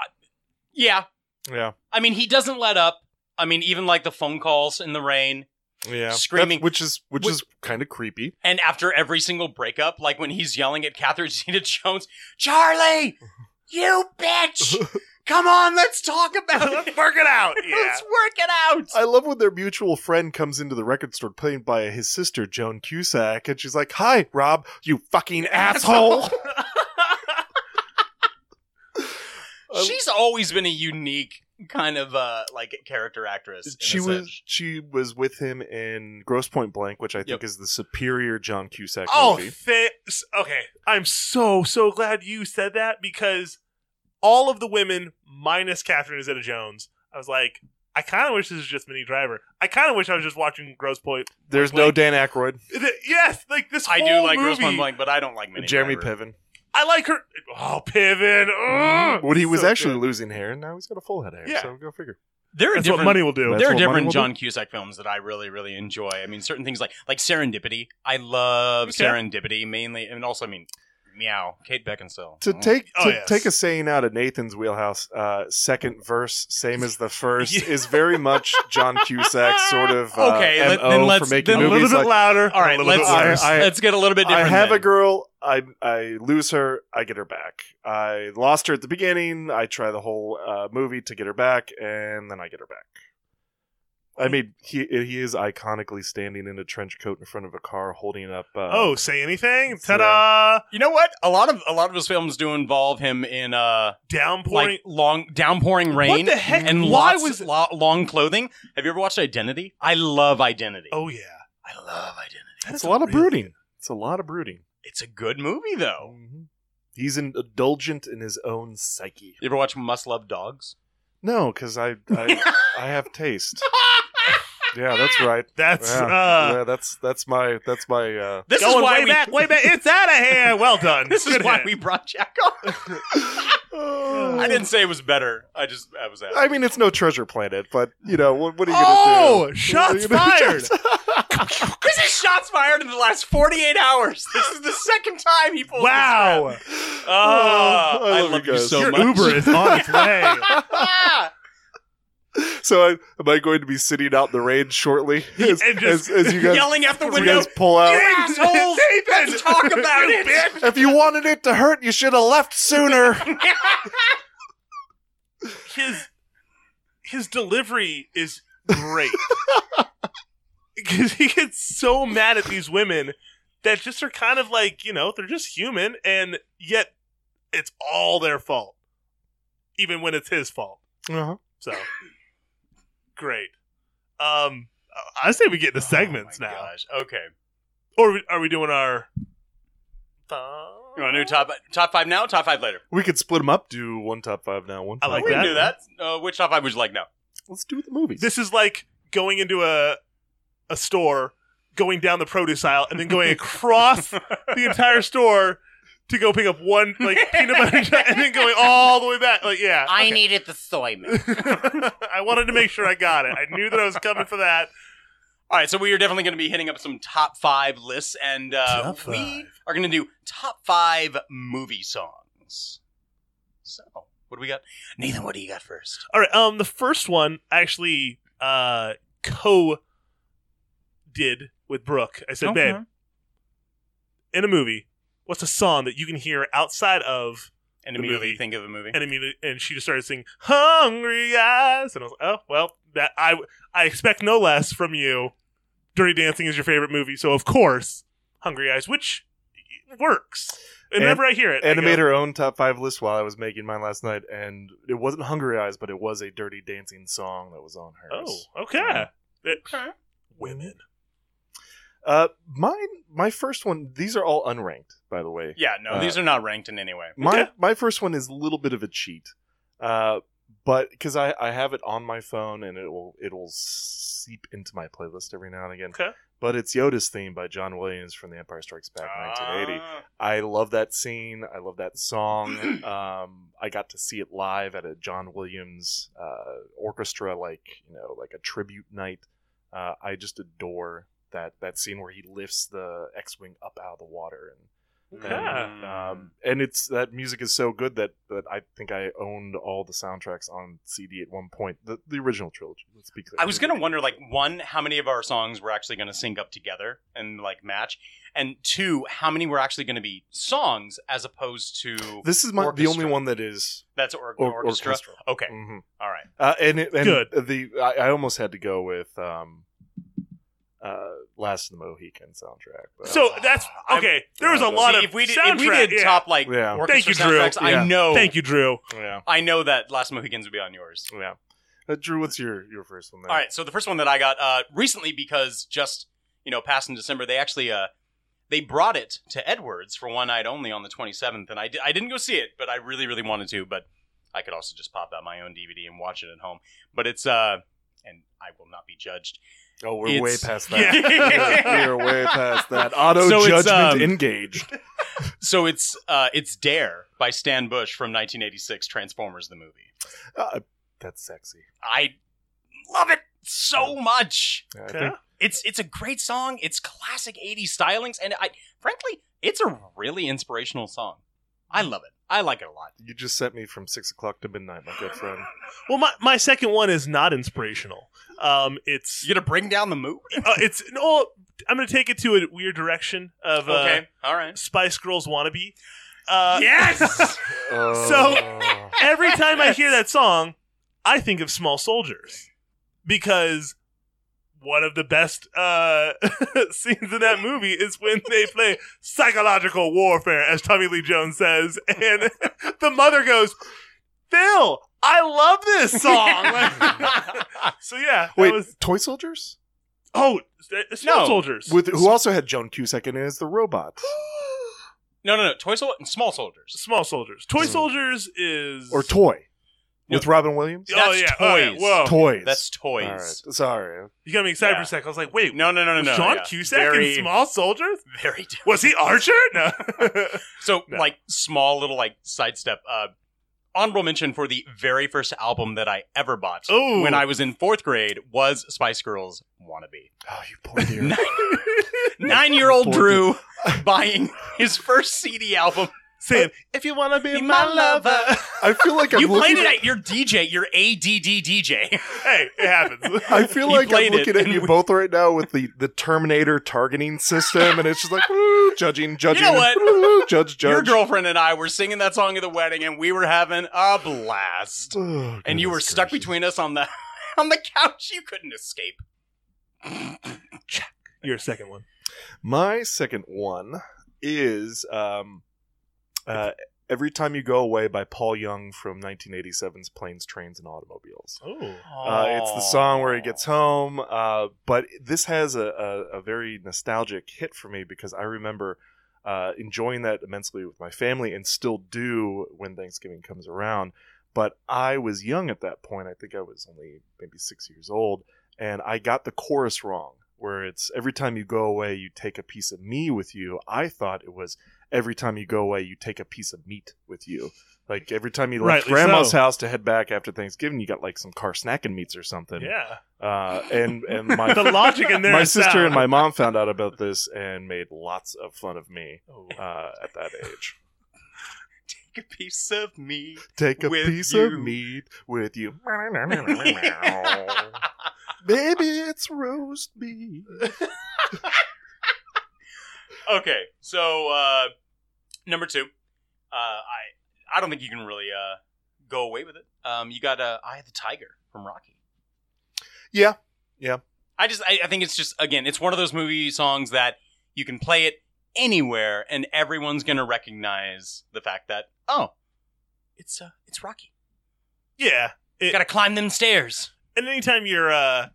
B: yeah.
D: Yeah.
B: I mean, he doesn't let up. I mean, even like the phone calls in the rain.
D: Yeah.
B: Screaming.
D: That- which is which
B: Wh-
D: is kind of creepy.
B: And after every single breakup, like when he's yelling at Catherine (laughs) Zeta Jones, Charlie, you bitch,
C: (laughs)
B: come on, let's talk about it.
C: Work it out.
B: Let's work it out.
D: I love when their mutual friend comes into the record store played by his sister Joan Cusack, and she's like, "Hi, Rob, you
B: (laughs)
C: (laughs)
D: fucking asshole."
B: She's always been a unique kind of uh like character actress. in
D: she
B: a
D: was
B: sense.
D: she was with him in Gross Point Blank, which I think is the superior John Cusack
C: Oh,
D: movie.
C: th- okay. I'm so so glad you said that because all of the women minus Catherine Zeta Jones, I was like, I kind of wish this was just Mini Driver. I kind of wish I was just watching Gross Point.
D: There's no
C: Blank.
D: Dan Aykroyd,
C: Th- Yes, like this.
B: I do
C: whole
B: like
C: movie,
B: Gross One Blank, but I don't like many.
D: Jeremy Piven.
C: I like her. Oh, Piven. Ugh.
D: When Mm-hmm. he was
C: So
D: actually
C: good.
D: losing hair, and now he's got a full head of hair.
C: Yeah.
D: So go figure.
B: There are
C: That's what
B: different
C: money will do. That's
B: There are
C: what money
B: different
C: will
B: John
C: do.
B: Cusack films that I really really enjoy. I mean, certain things like like Serendipity. I love
C: Okay.
B: Serendipity mainly, and also I mean meow. Kate Beckinsale.
D: To take
B: Oh,
D: to
B: yes.
D: take a saying out of Nathan's wheelhouse, uh, second verse, same as the first, is very much John Cusack's sort of uh,
B: Okay, let-
D: MO
B: then let's-
D: for making
B: then a little
D: movies.
B: bit
D: like,
B: louder, All right, a little bit let's- worse. let's get a little bit
D: I
B: different
D: have
B: then.
D: a girl. I I lose her. I get her back. I lost her at the beginning. I try the whole uh, movie to get her back, and then I get her back. I mean, he he is iconically standing in a trench coat in front of a car, holding up. Uh,
C: oh, say anything? Ta da!
B: You know what? A lot of a lot of his films do involve him in uh
C: downpouring
B: like long downpouring rain.
C: the heck?
B: And
C: Why
B: lots, was lo- long clothing? Have you ever watched Identity? I love Identity.
C: Oh yeah,
B: I love Identity.
D: It's a lot (laughs) of brooding. It's a lot of brooding.
B: It's a good movie though.
D: He's indulgent in his own psyche.
B: You ever watch Must Love Dogs?
D: No, because I,
B: (laughs)
D: I I have taste. Yeah, that's right.
C: That's,
D: yeah,
C: uh,
D: yeah, that's that's my that's my. Uh,
B: This is why
C: way
B: we-
C: (laughs) back, way back. It's out of here. Well
B: (laughs)
C: done.
B: This is
C: Good
B: why
C: hit. Oh.
B: we brought Jack on. I didn't say it was better. I just I was asking.
D: I mean, it's no treasure planet, but you know what? What are you
B: Oh,
D: gonna do? (laughs)
B: shots
D: What are you gonna-
B: this is shots fired in the last 48 hours. This is the second time he pulled
C: Wow. Oh,
B: this crap.
D: Oh,
B: Ah, Oh, uh, I, love you,
D: guys.
B: so
D: Your
B: much.
D: Uber
B: (laughs)
D: is on its way. (laughs)
B: Ah,
D: so I, am I going to be sitting out in the rain shortly? As,
B: (laughs) and just
D: as- as you guys
B: yelling out the
D: as
B: window,
D: You guys uh, pull out.
B: "You assholes!
C: (laughs)
B: Let's talk about
D: You
B: (laughs) it!"
D: bitch. (laughs) If you wanted it to hurt, you should have left
B: (laughs)
D: sooner.
C: his his delivery is
B: (laughs)
C: great because he gets so mad at these women that just are kind of like you know they're just human and yet it's all their fault even when it's his fault
D: Uh-huh.
C: so great um I- i say we get into
B: Oh
C: segments now
B: okay.
C: or we- are we doing our
B: You want to do top top five now? Top five later.
D: We could split them up. Do one top five now, one.
C: I like
B: we
C: that.
B: can do that. Uh, which top five would you like now?
D: Let's do the movies.
C: This is like going into a a store, going down the produce aisle, and then going across the entire store to go pick up one like peanut butter, jar, and then going all the way back. Like, yeah, okay.
B: needed the soy milk.
C: (laughs) I wanted to make sure I got it. I knew that I was coming for that.
B: All right, so we are definitely going to be hitting up some top five lists, and uh,
C: Top
B: we are going to do top five movie songs. So, what do we got? Nathan, what do you got first?
C: All right. Um, the first one I actually uh co did with Brooke. I said,
B: Okay.
C: babe, in a movie, what's a song that you can hear outside of
B: And
C: the
B: immediately
C: movie?
B: think of a movie.
C: and immediately, and she just started singing "Hungry Eyes," and I was like, "Oh well, that I I expect no less from you." Dirty Dancing is your favorite movie, so of course, "Hungry Eyes," which works. And whenever I hear it, I go,
D: animate her own top five list while I was making mine last night, and it wasn't "Hungry Eyes," but it was a "Dirty Dancing" song that was on hers.
C: Oh, okay. It- women.
D: Uh, mine, my first one. These are all unranked, by the way.
B: Yeah, no,
D: Uh,
B: these are not ranked in any way.
D: My my first one is a little bit of a cheat, uh, but because I, I have it on my phone and it will it will seep into my playlist every now and again.
C: Okay.
D: But it's Yoda's theme by John Williams from The Empire Strikes Back, 1980. I love that scene. I love that song. um, I got to see it live at a John Williams uh, orchestra, like you know, like a tribute night. Uh, I just adore that that scene where he lifts the X-wing up out of the water and
C: Okay.
D: and, um,
B: Hmm.
D: and it's that music is so good that that I think I owned all the soundtracks on CD at one point. The, the original trilogy. Let's be clear.
B: I was going to wonder, like, one, how many of our songs were actually going to sync up together and, like, match? And two, how many were actually going to be songs as opposed to.
D: This is my the
B: orchestra?
D: only one that is
B: That's or-
D: or-
B: orchestra? Okay.
D: Mhm.
B: All right.
D: Uh, and it, and
C: Good.
D: The I, I almost had to go with um, uh, Last of the Mohican soundtrack. but-
C: So that's okay. There was a
D: Yeah,
C: lot
B: See,
C: of
B: if we did, if
C: soundtrack.
B: we did
C: yeah. Oh.
B: top, like,
D: Yeah.
C: Thank
B: orchestra
C: you, Drew.
B: soundtracks, I
D: Yeah.
B: know.
C: Thank you, Drew.
D: (sighs) yeah,
B: I know that Last Mohicans would be on yours.
D: yeah. Uh, Drew, what's your your first one? There?
B: All right, so the first one that I got uh, recently, because just you know, past in December, they actually uh, they brought it to Edwards for one night only on the 27th, and I di- I didn't go see it, but I really really wanted to, but I could also just pop out my own DVD and watch it at home. But it's uh, and I will not be judged.
D: Oh, we're
B: It's-
D: way past
B: Yeah.
D: that. we're, we're
B: (laughs)
D: way past that. Auto
B: So it's, um,
D: judgment engaged.
B: So it's uh, it's Dare by Stan Bush from 1986 Transformers the movie.
D: Uh, that's sexy.
B: I love it so much.
D: Yeah, I
C: Okay.
D: think
B: It's it's a great song. It's classic 80s stylings and I frankly, it's a really inspirational song. I love it. I like it a lot.
D: You just sent me from six o'clock to midnight, my good friend.
C: Well, my, my second one is not inspirational. Um, it's
B: you gonna bring down the mood.
C: uh, it's no. I'm gonna take it to a weird direction of uh,
B: Okay, all right.
C: Spice Girls wannabe. Uh,
B: Yes!
C: so (laughs) every time I hear that song, I think of Small Soldiers because one of the best uh, (laughs) scenes in that movie is when they play psychological warfare, as Tommy Lee Jones says, and (laughs) the mother goes,
D: Uh,
B: (laughs)
C: "Phil, I love
D: (laughs)
C: this song." (laughs) Like- so yeah, that
D: Wait,
C: was-
D: Toy Soldiers?
C: oh, uh, Small Soldiers
D: With, who also had Joan Cusack in it as
B: (gasps)
D: the robot.
B: No, no, no. Toy Sol- Small Soldiers.
C: Small Soldiers. Toy Soldiers is
D: Mm. Or Toy. With Robin Williams?
C: Oh, yeah. Oh, yeah. Whoa.
D: Toys.
B: That's toys.
D: All right. Sorry.
C: You got me excited
B: Yeah.
C: for a sec. I was like, wait,
B: No, no, no, no,
C: was
B: no.
C: John
B: yeah.
C: Cusack
B: Very-
C: in Small Soldiers?
B: Very different.
C: Was he Archer?
B: (laughs)
C: No.
B: So like small little like sidestep. Uh, honorable mention for the very first album that I ever bought
C: Ooh.
B: when I was in fourth grade was Spice Girls "Wannabe."
D: Oh, you poor dear.
B: (laughs) Nine-year-old
D: Poor
B: Drew buying his first CD album.
C: Sam,
B: if you wanna be,
C: my lover.
D: I feel like I'm
B: you
D: looking
B: played it at your DJ, your ADD (laughs) DJ.
C: Hey, it happens.
D: I
B: (laughs)
D: feel
B: You
D: like I'm
B: played it
D: looking at
B: and
D: you both right now with the, the Terminator targeting system, and it's just like "Ooh, judging, judging,
B: (laughs) You know what?
D: ooh, judge,
B: Your
D: judge.
B: girlfriend and I were singing that song at the wedding, and we were having a blast.
D: Oh,
B: and you were stuck between us on the (laughs) on the couch. You couldn't escape.
C: Your second one.
D: My second one is um, uh, "Every Time You Go Away" by Paul Young from 1987's Planes, Trains, and Automobiles.
C: Oh.
D: Uh, it's the song where he gets home. Uh, but this has a, a, a very nostalgic hit for me because I remember uh, enjoying that immensely with my family and still do when Thanksgiving comes around. But I was young at that point. I think I was only maybe six years old. And I got the chorus wrong, where it's every time you go away, you take a piece of me with you. I thought it was every time you go away, you take a piece of meat with you. Like every time you left
C: Rightly
D: grandma's
C: so.
D: house to head back after Thanksgiving, you got like some car snack and meats or something.
C: Yeah.
D: Uh,
B: (laughs)
D: and and my
C: The logic in there
D: My
C: is
D: sister
C: sound.
D: and my mom found out about this and made lots of fun of me uh, at that age.
B: Oh. Take a piece of me.
D: Take a
B: with
D: piece
B: you.
D: of meat
B: (laughs)
D: with you, baby. It's
B: (laughs)
D: roast beef.
B: Okay, so uh, number two, uh, I I don't think you can really uh, go away with it. Um, you got uh, "Eye of the Tiger" from Rocky.
D: Yeah, yeah.
B: I just I, I think it's just again it's one of those movie songs that you can play it anywhere and everyone's gonna recognize the fact that oh it's uh it's Rocky.
C: Yeah. It,
B: Gotta climb them stairs.
C: and anytime you're uh,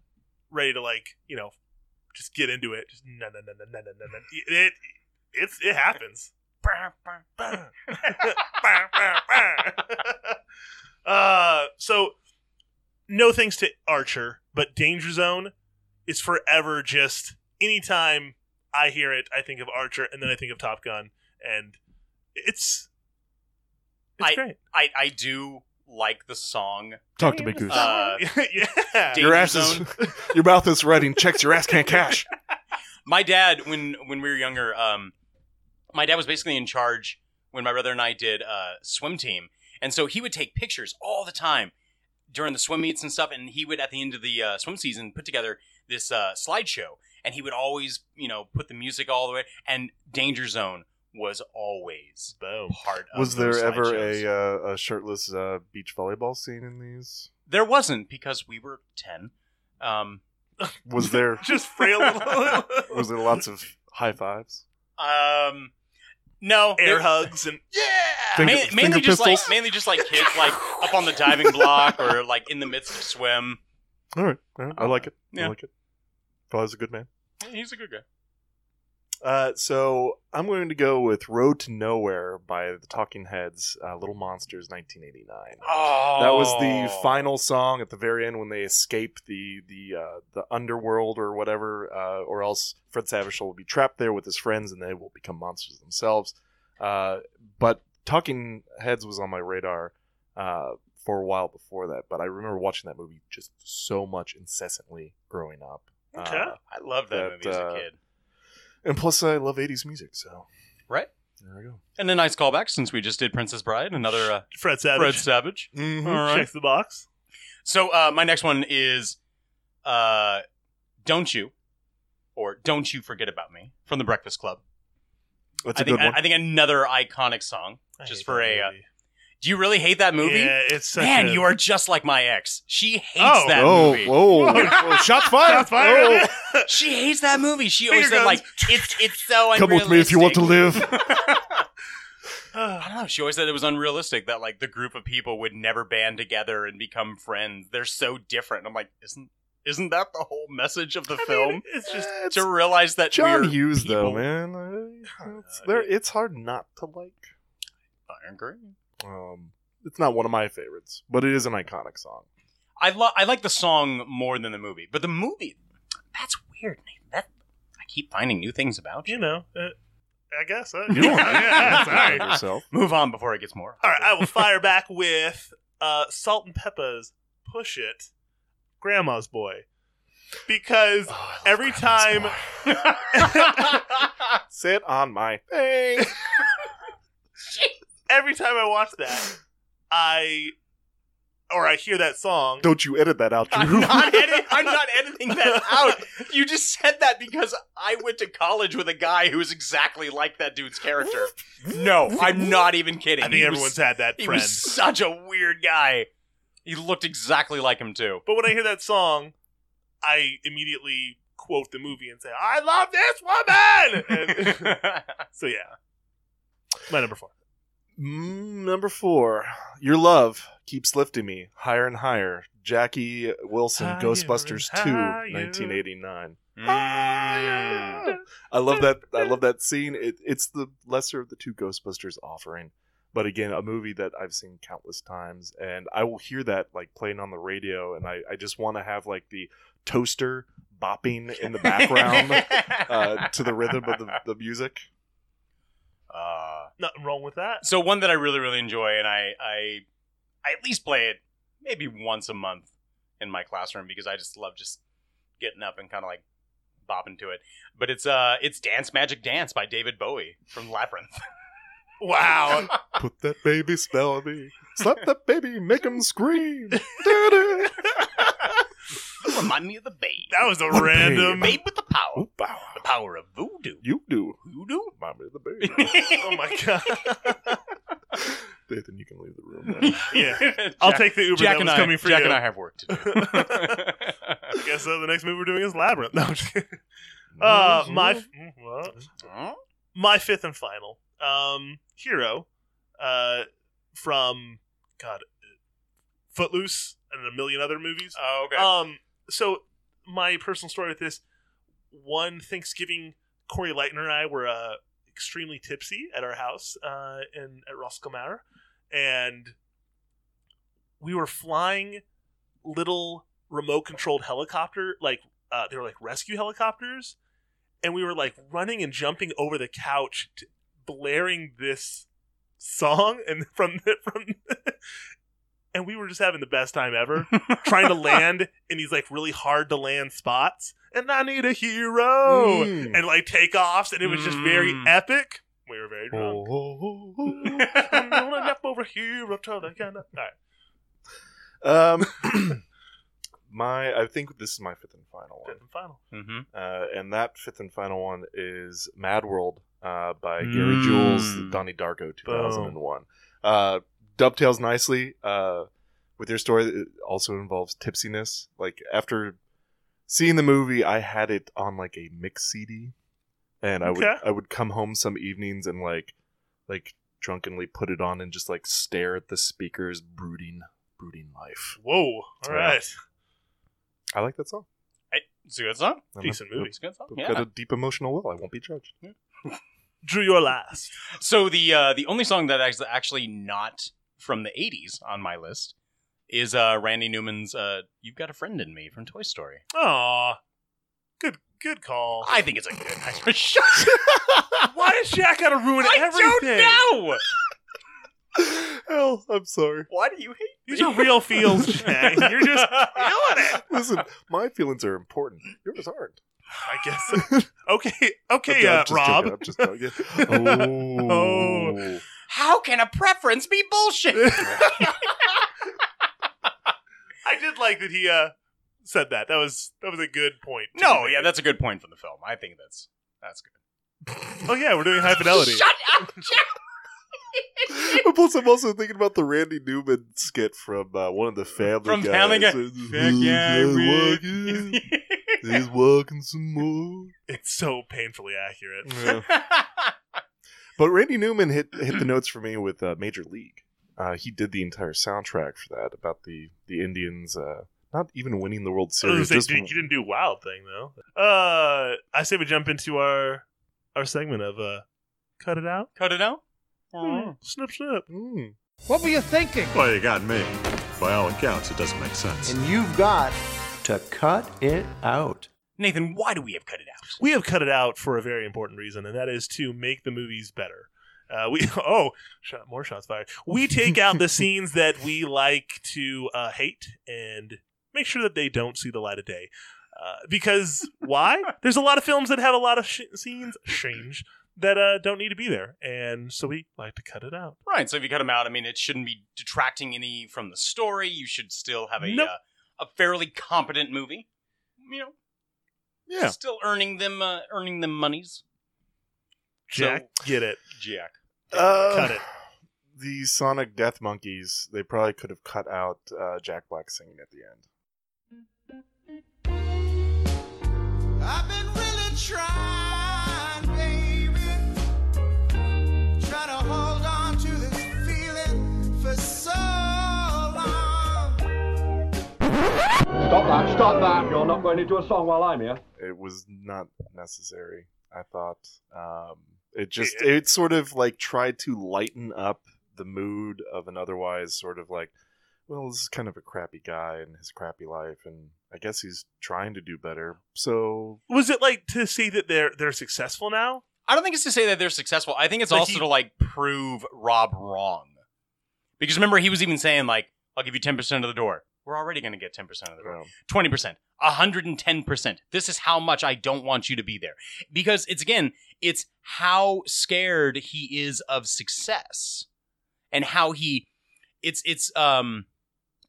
C: ready to like, you know, just get into it, just no, no, no, no, no, no, no, no. It, it's it happens. (laughs) uh, so, no thanks to Archer, but Danger Zone is forever just anytime I hear it, I think of Archer, and then I think of Top Gun, and it's it's
B: I,
C: great.
B: I I do like the song.
D: Talk to me, Goose.
B: Uh,
C: (laughs) yeah,
D: your
B: Danger
D: ass
B: Zone.
D: is, (laughs) your mouth is writing checks. Your ass can't
B: (laughs)
D: cash.
B: my dad when when we were younger um my dad was basically in charge when my brother and i did uh swim team and so he would take pictures all the time during the swim meets and stuff and he would at the end of the uh, swim season put together this uh slideshow and he would always you know put the music all the way and danger zone was always part of
D: Was there
B: those
D: ever
B: slideshows.
D: a, uh, a shirtless uh, beach volleyball scene in these?
B: there wasn't because we were 10 um (laughs)
D: Was there?
C: just
D: (laughs)
C: frail (laughs) little
D: was there lots of high fives?
B: um no
C: air
B: there- (laughs)
C: hugs and
D: Finger-
B: Ma-
D: finger
B: mainly just like
D: pistols?
B: mainly just like kids like up on the diving block or like in the midst of swim.
D: All right, all right. I like it.
B: Yeah.
D: I like it. Father's a good man.
B: He's a good guy.
D: Uh, so I'm going to go with "Road to Nowhere" by the Talking Heads, uh, Little Monsters, 1989.
B: Oh,
D: That was the final song at the very end when they escape the the uh, the underworld or whatever, uh, or else Fred Savage will be trapped there with his friends and they will become monsters themselves. Uh, but Talking Heads was on my radar uh, for a while before that, but I remember watching that movie just so much incessantly growing up.
C: Okay.
B: I love that, movie as a
D: uh,
B: kid.
D: And plus, I love '80s music, so
B: Right?
D: there we go.
B: And a nice callback since we just did Princess Bride, another uh,
C: Fred Savage.
B: Fred Savage.
C: Mhm.
B: All right.
C: Checks the box.
B: So uh, my next one is uh, "Don't You" or "Don't You Forget About Me" from The Breakfast Club.
D: That's a
B: I think,
D: good one.
B: I, think another iconic song, just for a. Uh, do you really hate that movie?
C: Yeah, it's such
B: man.
C: a-
B: You are just like my ex. She hates
C: Oh.
B: that
D: Whoa,
B: movie.
D: whoa. Whoa, (laughs) shots fired. Oh, Shots fired.
B: she hates that movie. She always
C: Finger
B: said
C: guns.
B: like, "It's it's so
D: (laughs) Come with me if you want to live.
B: (sighs) I don't know. She always said it was unrealistic that like the group of people would never band together and become friends. They're so different. I'm like, isn't isn't that the whole message of the film?
C: it's (laughs) just
B: to realize that
D: John
B: we're
D: Hughes, though,
B: people-
D: man, I- it's, there, it's hard not to like.
B: I agree.
D: Um, it's not one of my favorites, but it is an
C: (laughs)
D: iconic song.
B: I lo- I like the song more than the movie, but the movie that's weird. Nathan. That I keep finding new things about you.
C: You know, uh, I guess. Uh,
B: You don't
C: yeah, (laughs) yeah, sorry.
D: (laughs)
B: Move on before it gets more.
C: (laughs) All right, I will fire back with uh, Salt and Peppa's "Push It," Grandma's Boy, because
D: Oh,
C: every (laughs) time
D: Sit on my thing.
C: every time I watch that, I or I hear that song.
D: Don't you edit that out,
B: I'm
D: Drew?
B: not,
C: (laughs)
B: edit- I'm not editing that out. You just said that because I went to college with a guy who was exactly like that dude's character. No, I'm not even kidding.
C: I think
B: He was-
C: everyone's had that
B: He
C: friend.
B: was such a weird guy. He looked exactly like him too.
C: But when I hear that song, I immediately quote the movie and say, "I love this woman." And- so yeah, my number four.
D: Mm, number four, your love keeps lifting me higher and higher. Jackie Wilson,
C: Higher
D: Ghostbusters
C: and
D: 2,
C: higher.
D: 1989.
C: Mm.
D: I love that.
C: (laughs)
D: I love that scene. It, it's the lesser of the two Ghostbusters offering, but again, a movie that I've seen countless times, and I will hear that like playing on the radio, and I, I just want to have like the toaster bopping in the background
B: (laughs)
C: (laughs)
D: uh, to the rhythm of the, the music.
B: Uh,
C: Nothing wrong with that.
B: so one that I really really enjoy, and I I I at least play it maybe once a month in my classroom because I just love just getting up and kind of like bopping to it. But it's uh it's Dance Magic Dance by David Bowie from Labyrinth. (laughs)
C: Wow.
D: Put that baby spell on me. Slap that baby, make him scream.
B: Remind me of the babe.
C: That was a
D: What
C: random.
B: Babe with the power.
D: Wow.
B: The power of voodoo.
D: Oh, You do.
B: Voodoo?
D: Remind me of the baby.
C: (laughs) Oh my god.
D: Nathan, you can leave the room. now.
C: Yeah,
B: (laughs)
C: I'll
B: Jack-
C: take the Uber
B: Jack
C: that
B: and
C: was
B: I-
C: coming for
B: Jack
C: you.
B: and I have work to do. (laughs)
C: I (laughs) guess uh, the next movie we're doing is Labyrinth. No, I'm just kidding. (laughs) Uh, my f- mm, what?
B: Oh,
C: my fifth and final um, hero uh, from God uh, Footloose and a million other movies.
B: Oh, okay.
C: Um, so my personal story with this one Thanksgiving, Corey Lightner and I were uh, extremely tipsy at our house uh, in at Roscommare, and we were flying little remote controlled helicopter like uh, they were like rescue helicopters and we were like running and jumping over the couch t- blaring this song and (laughs) from from and we were just having the best time ever
B: (laughs)
C: trying to land in these like really hard to land spots and i need a hero
D: Mm.
C: and like takeoffs and it was just very
B: Mm.
C: epic we were very drunk
D: Oh, oh, oh, oh.
C: I'm gonna nap over here until the kind of all right
D: Um, (clears throat) my, I think this is my fifth and final one,
C: fifth and final
B: Mm-hmm.
D: uh, and that fifth and final one is Mad World uh, by Gary Jules,
B: Mm.
D: Donnie Darko, two thousand and one. Uh, dovetails nicely uh, with your story. It also involves tipsiness. Like after seeing the movie, I had it on like a mix CD, and I
C: Okay.
D: would I would come home some evenings and like like drunkenly put it on and just like stare at the speakers, brooding brooding life.
C: whoa all
D: Yeah.
C: right
D: I like that song.
B: It's a good song.
D: I don't know.
C: decent movie
B: It's a good song.
D: I've
B: Yeah.
D: Got a deep emotional well. I won't be judged.
C: drew your last
B: So the uh, the only song that is actually not from the '80s on my list is uh, Randy Newman's uh, "You've Got a Friend in Me" from Toy Story.
C: Aw. Good good call.
B: I think it's a
C: (laughs)
B: good. Shut
C: Why is Jack gotta ruin
B: I
C: everything?
B: don't know.
D: (gasps) Hell, I'm sorry.
B: Why do you hate
C: These are real feels, Chang. You're just feeling it.
D: Listen, my feelings are important. Yours aren't.
C: I
B: (laughs)
C: guess. Okay, okay,
D: I'm
C: uh,
D: just
C: Rob.
D: joking, I'm just joking. Oh.
B: How can a preference be
C: (laughs)
B: bullshit?
C: I did like that he uh, said that. That was that was a good point. to
B: no,
C: make.
B: yeah, that's a good point from the film. I think that's that's good.
C: Oh yeah, we're doing high
B: (laughs)
C: fidelity.
B: Shut up,
D: But Plus, I'm also thinking about the Randy Newman skit from uh, one of the Family
B: From
D: Guys.
B: Family Guy.
D: He's
B: Fuck yeah,
C: Mm.
D: walking. He's walking some more.
C: It's so painfully accurate.
D: But Randy Newman hit hit the notes for me with uh, Major League. Uh, he did the entire soundtrack for that about the the Indians uh, not even winning the World
C: I was gonna
D: Series.
C: say,
D: Just
C: dude, you didn't do wild thing though. Uh, I say we jump into our our segment of uh, cut it out.
B: (laughs) Cut it out.
C: Mm, snip snip.
D: Hmm.
L: What were you thinking?
M: Well, you got me. By all accounts, it doesn't make sense.
L: And you've got to cut it out.
B: Nathan, why do we have cut it out?
C: We have cut it out for a very important reason, and that is to make the movies better. Uh, we (laughs) oh, shot, more shots fired. We take out the scenes that we like to uh, hate and make sure that they don't see the light of day. Uh, because why? There's a lot of films that have a lot of sh- scenes strange that uh, don't need to be there, and so we like to cut it out.
B: Right. So if you cut them out, I mean, it shouldn't be detracting any from the story. You should still have a
C: Nope.
B: uh, a fairly competent movie. You know,
C: Yeah.
B: still earning them uh, earning them monies.
C: Jack, get it.
B: Jack,
D: Uh,
C: cut it.
D: The Sonic Death Monkeys. They probably could have cut out uh, Jack Black singing at the end.
G: I've been really trying, baby. Try to hold on to this feeling for so long.
N: Stop that, stop that. You're not going into a song while I'm here.
D: It was not necessary. I thought um, it just it sort of like tried to lighten up the mood of an otherwise sort of like, well, this is kind of a crappy guy and his crappy life, and I guess he's trying to do better. So
C: Was it like to see that they're they're successful now?
B: I don't think it's to say that they're successful. I think it's
C: But
B: also
C: he-
B: to like prove Rob wrong. Because remember, he was even saying like, "I'll give you ten percent of the door. We're already going to get ten percent of the door. Twenty percent, hundred and ten percent. This is how much I don't want you to be there." Because it's again, it's how scared he is of success, and how he, it's it's um,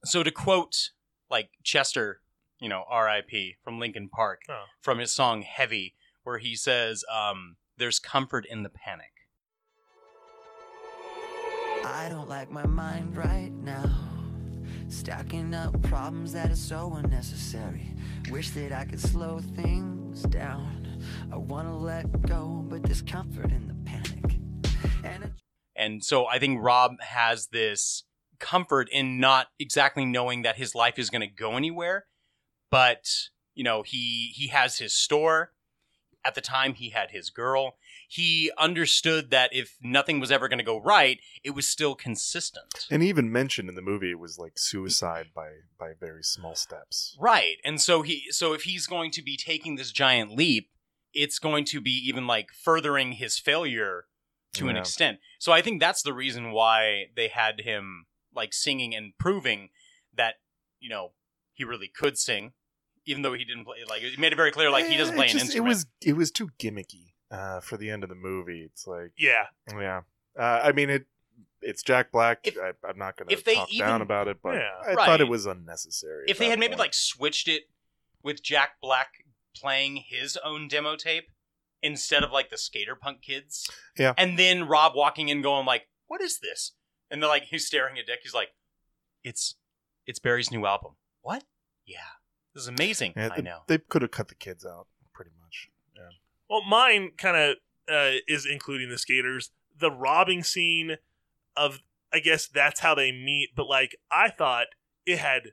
B: so to quote like Chester, you know, R.I.P. from Lincoln Park, from his song "Heavy," where he says, um, "There's comfort in the panic."
G: I don't like my mind right now. Stacking up problems that are so unnecessary. Wish that I could slow things down. I wanna let go, but there's comfort in the panic. And I
B: And so I think Rob has this comfort in not exactly knowing that his life is going to go anywhere, but you know, he he has his store. At the time he had his girl. He understood that if nothing was ever going to go right, it was still consistent.
D: and he even mentioned in the movie it was like suicide by by very small steps.
B: Right. And so he so if he's going to be taking this giant leap, it's going to be even like furthering his failure to an
D: Yeah.
B: extent. So I think that's the reason why they had him like singing and proving that, you know, he really could sing. Even though he didn't play like it made it very clear like he doesn't
D: Eh,
B: play
D: it
B: an
D: just-
B: instrument.
D: It was it was too gimmicky uh, for the end of the movie. It's like
C: Yeah.
D: yeah. Uh, I mean it. It's Jack Black. I, I'm not going to
B: if they
D: talk
B: even-
D: down about it, but
B: Yeah.
D: I
B: Right.
D: thought it was unnecessary.
B: if they had maybe like switched it with Jack Black playing his own demo tape instead of like the skater punk kids.
D: Yeah.
B: And then Rob walking in going like, What is this? And they're like he's staring at Dick, he's like, It's it's Barry's new album. What? Yeah. This is amazing.
D: Yeah,
B: I
D: they,
B: know.
D: they could have cut the kids out pretty much.
C: Well, mine kind of uh, is including the skaters. The robbing scene of, I guess that's how they meet, but like I thought it had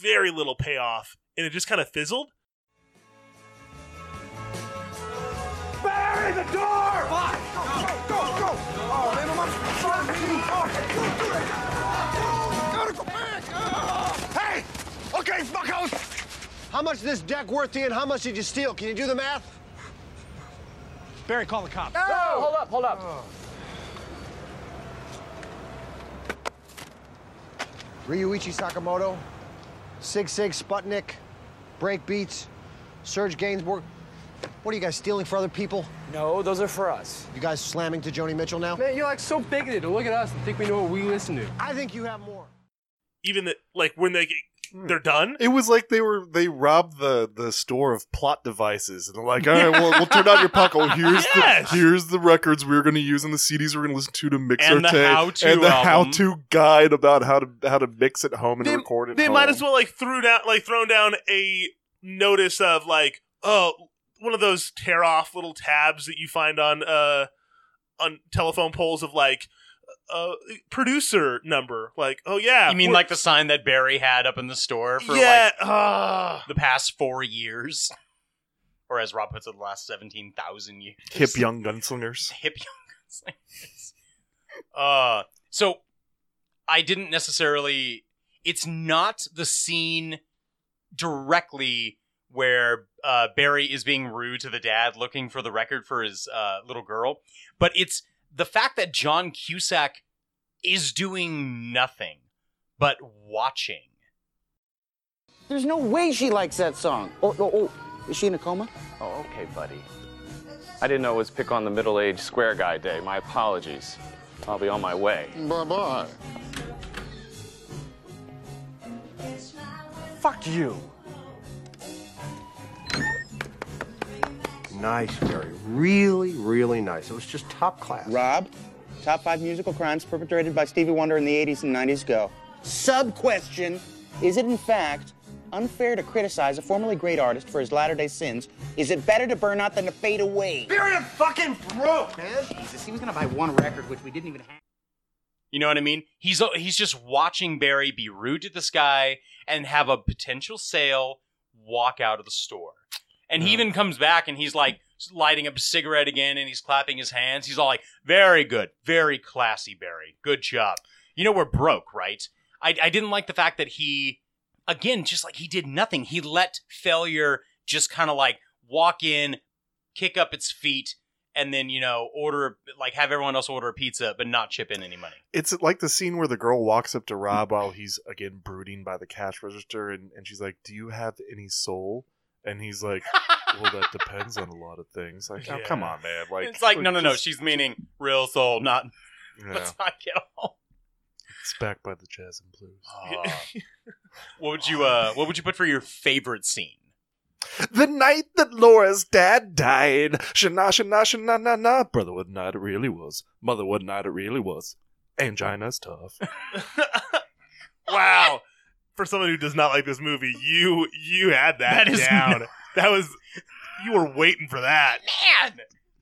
C: very little payoff and it just kind of fizzled.
G: Barry, the door! Go, go, go! Oh, little man, fuck me! Gotta go back! Hey! Okay, fuckos!
L: How much is this deck worth to you and how much did you steal? Can you do the math? Barry, call the cops.
G: No! Hold up, hold up.
L: Ryuichi Sakamoto, Sig Sig Sputnik, Breakbeats, Serge Gainsbourg. What are you guys stealing for other people?
O: No, those are for us.
L: You guys slamming to Joni Mitchell now?
O: Man, you're like so bigoted. Look at us and think we know what we listen to.
L: I think you have more.
C: Even the, like when they they're done.
D: It was like they were they robbed the the store of plot devices and they're like, all right, well, we'll turn out
B: (laughs)
D: your puckle. Here's
C: Yes.
D: the here's the records we're going to use and the CDs we're going to listen to to mix
C: And
D: our
C: the
D: tape
C: how-to
D: and the
C: album.
D: how to guide about how to how to mix it home and
C: They,
D: record it.
C: they
D: home.
C: might as well like threw down like thrown down a notice of like oh one of those tear off little tabs that you find on uh on telephone poles of like uh producer number like oh yeah
B: you mean
C: we're-
B: like the sign that Barry had up in the store for
C: Yeah,
B: like
C: ah.
B: the past four years, (laughs) or as Rob puts it, the last seventeen thousand years.
D: hip young gunslingers.
B: hip (laughs) young guns. uh, so I didn't necessarily. It's not the scene directly where uh, Barry is being rude to the dad, looking for the record for his uh, little girl, but it's the fact that John Cusack is doing nothing but watching.
P: There's no way she likes that song. Oh, oh, oh. Is she in a coma?
Q: Oh, okay, buddy. I didn't know it was pick on the middle aged square guy day. My apologies. I'll be on my way.
P: Bye bye.
L: Fuck you. Nice, Barry. Really, really nice. It was just top class.
P: Rob, top five musical crimes perpetrated by Stevie Wonder in the 80s and 90s go. Sub question Is it in fact unfair to criticize a formerly great artist for his latter day sins? Is it better to burn out than to fade away?
L: Barry, I'm fucking broke, man.
P: Jesus, he was gonna buy one record, which we didn't even have.
B: You know what I mean? He's uh, he's just watching Barry be rude to this guy and have a potential sale walk out of the store. And he even comes back and he's like lighting up a cigarette again and he's clapping his hands. He's all like, "Very good, very classy, Barry. Good job." You know we're broke, right? I I didn't like the fact that he again just like he did nothing. He let failure just kind of like walk in, kick up its feet and then, you know, order like have everyone else order a pizza but not chip in any money.
D: It's like the scene where the girl walks up to Rob while he's again brooding by the cash register, and, and she's like, "Do you have any soul?" And he's like, "Well, that depends on a lot of things." Like, oh, come on, man! Like,
B: it's like no, no, no.
D: just-
B: She's meaning real soul, not.
D: Yeah.
B: Let's (laughs) not get all.
D: it's back by the jazz and
B: (laughs)
D: blues.
B: Uh, Ah. what would you uh What would you put for your favorite scene?
D: The night that Laura's dad died, shana shana shana na na. Brother, what a night it really was. Mother, what a night it really was. Angina's tough.
C: wow for someone who does not like this movie you you had that,
B: That is
C: down that was you were waiting for that
B: Man,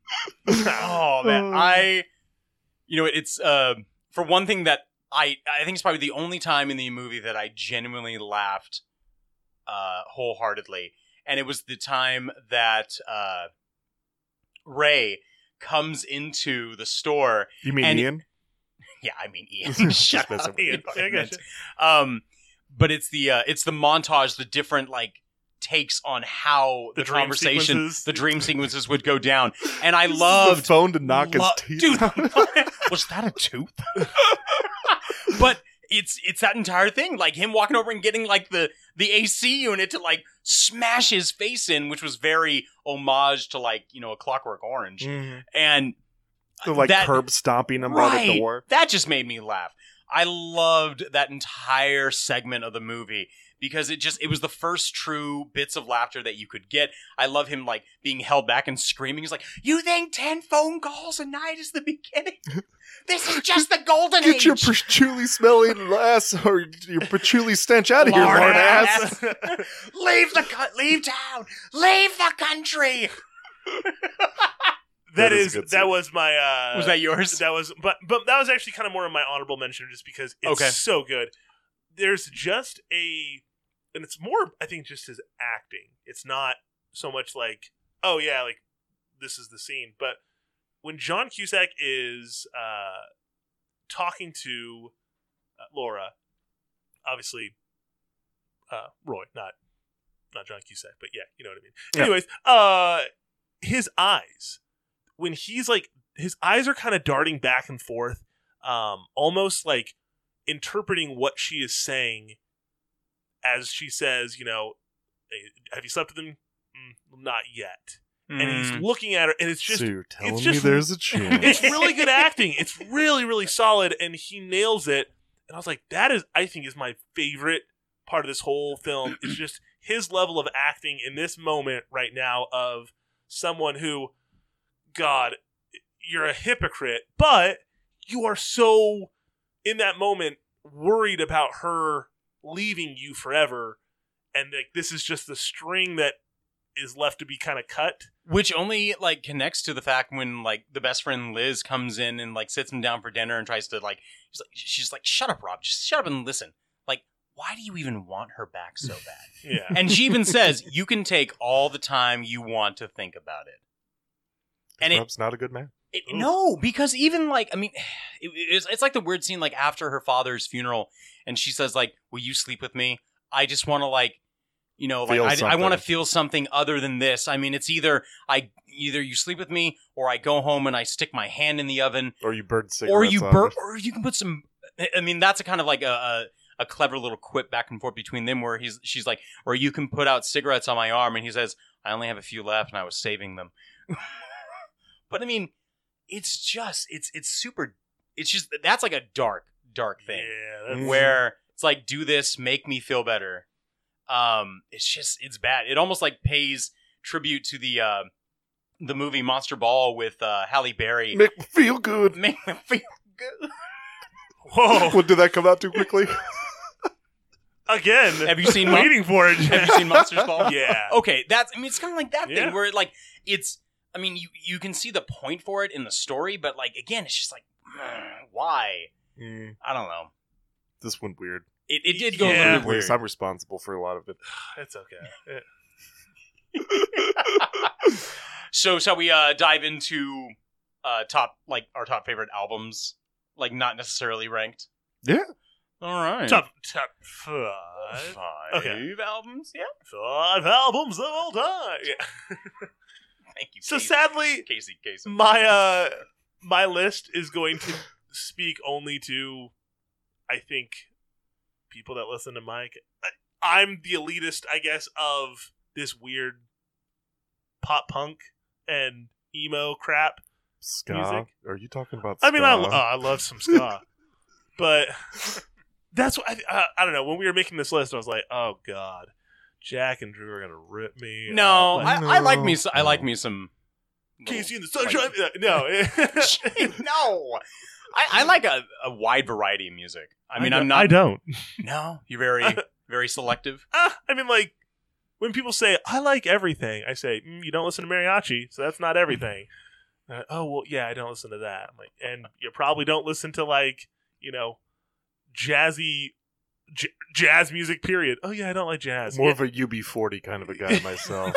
B: (laughs) oh man, I. You know, it's uh, for one thing that I I think it's probably the only time in the movie that I genuinely laughed uh wholeheartedly, and it was the time that uh Ray comes into the store.
D: You mean
B: and-
D: Ian?
B: Yeah, I mean
D: (laughs)
B: Ian. (laughs) Shut
D: That's
B: up,
D: a-
B: Ian.
D: (laughs)
C: I gotcha.
B: Um, but it's the uh, it's the montage, the different like takes on how the,
C: The dream
B: conversation,
C: sequences.
B: the dream sequences would go down, and I
D: Uses
B: loved
D: the phone to knock
B: lo-
D: his teeth.
B: (laughs) Dude,
C: (laughs)
B: was that a tooth? (laughs) but it's it's that entire thing, like him walking over and getting like the the AC unit to like smash his face in, which was very homage to like you know a Clockwork Orange, and
D: They're like
B: that-
D: curb stomping him by the door.
B: that just made me laugh. I loved that entire segment of the movie because it just it was the first true bits of laughter that you could get. I love him like being held back and screaming. He's like, "You think ten phone calls a night is the beginning?
D: (laughs)
B: This is just the golden
D: Get
B: age."
D: your patchouli smelling ass or your patchouli stench out of here, lard ass.
B: (laughs) leave the co- leave town, leave the country.
C: that
D: That is a
C: is,
D: good
C: that
D: scene.
C: was my uh
B: Was that yours?
C: that was but but that was actually kind of more of my honorable mention just because it's
B: Okay.
C: so good there's just a and it's more i think just his acting it's not so much like oh yeah like this is the scene but when john cusack is uh talking to uh, laura obviously uh roy not not john cusack but yeah you know what i mean
D: Yeah.
C: anyways uh his eyes when he's like his eyes are kind of darting back and forth um almost like interpreting what she is saying as she says, you know, "Hey, have you slept with him? Mm, not yet. And he's
D: Mm.
C: looking at her, and it's just,
D: So you're telling
C: it's
D: me
C: just,
D: there's a
C: (laughs)
D: chance.
C: It's really good acting. It's really, really solid, and he nails it. And I was like, that is, I think, is my favorite part of this whole film. It's just his level of acting in this moment right now of someone who, God, you're a hypocrite, but you are so in that moment worried about her leaving you forever and like this is just the string that is left to be kind of cut
B: Which only like connects to the fact when like the best friend Liz comes in and like sits him down for dinner and tries to like she's like she's like shut up Rob just shut up and listen like why do you even want her back so (laughs) bad
C: Yeah.
B: and she even says you can take all the time you want to think about it and it
D: Rob's not a good man.
B: it, no, because even like I mean, (sighs) it, it's, it's like the weird scene like after her father's funeral, and she says like, "Will you sleep with me? I just want to like, you know,
D: Feel
B: like I, I want to
D: something.
B: feel something other than this. I mean, it's either I either you sleep with me, or I go home and I stick my hand in the oven,
D: or you burn cigarettes,
B: or you
D: on
B: bur-
D: her.
B: or you can put some. I mean, that's a kind of like a. a a clever little quip back and forth between them, where he's she's like, or you can put out cigarettes on my arm, and he says, I only have a few left, and I was saving them. (laughs) But I mean, it's just it's it's super. It's just that's like a dark dark thing.
C: that's-
B: where it's like do this, make me feel better. Um, it's just it's bad. It almost like pays tribute to the uh, the movie Monster Ball with uh, Halle Berry.
D: Make me feel good.
B: (laughs) Make me feel good.
C: Whoa!
D: Well, did that come out too quickly?
C: (laughs) again
B: Have you
C: (laughs)
B: seen Mon-
C: waiting for it
B: Have you
C: (laughs)
B: seen Oh, Monsters Ball?
C: yeah
B: Okay, that's. I mean, it's kind of like that
C: Yeah.
B: thing where it, like it's. I mean, you you can see the point for it in the story, but like again, it's just like "Mm, why? I don't know.
D: Mm, This one weird.
B: It, it did go
D: At
B: a
D: least
B: little weird.
D: I'm responsible for a lot of it. Eh,
C: it's okay
B: (laughs) So shall we uh, dive into uh, top like our top favorite albums, like not necessarily ranked?
D: Yeah.
B: All right.
C: top top five
B: Five
C: okay.
B: albums, yeah.
C: five albums of all time yeah
B: Thank you.
C: so
B: Casey-
C: sadly
B: Casey, Casey,
C: my uh my list is going to speak only to i think people that listen to mike I- i'm the elitist i guess of this weird pop punk and emo crap
D: Ska?
C: Music?
D: Are you talking about?
C: i mean I,
D: ska?
C: oh, I love some ska but that's what I, I i don't know when we were making this list i was like oh god jack and drew are gonna rip me
B: No,
C: up.
B: I, I like me. s- I like me some.
C: casey and the sunshine (laughs) no
B: (laughs)
C: (laughs)
B: no. I, I like a, a wide variety of music. I mean, I am not.
C: i don't
B: No, you're very very
C: (laughs)
B: selective.
C: Ah, I mean, like when people say I like everything, I say mm, you don't listen to mariachi, so that's not everything. Uh, oh well, yeah, I don't listen to that. I'm like, and you probably don't listen to like you know jazzy j- jazz music. Period. Oh yeah, I don't like jazz.
D: More
C: Yeah.
D: of a UB40 kind of a guy myself.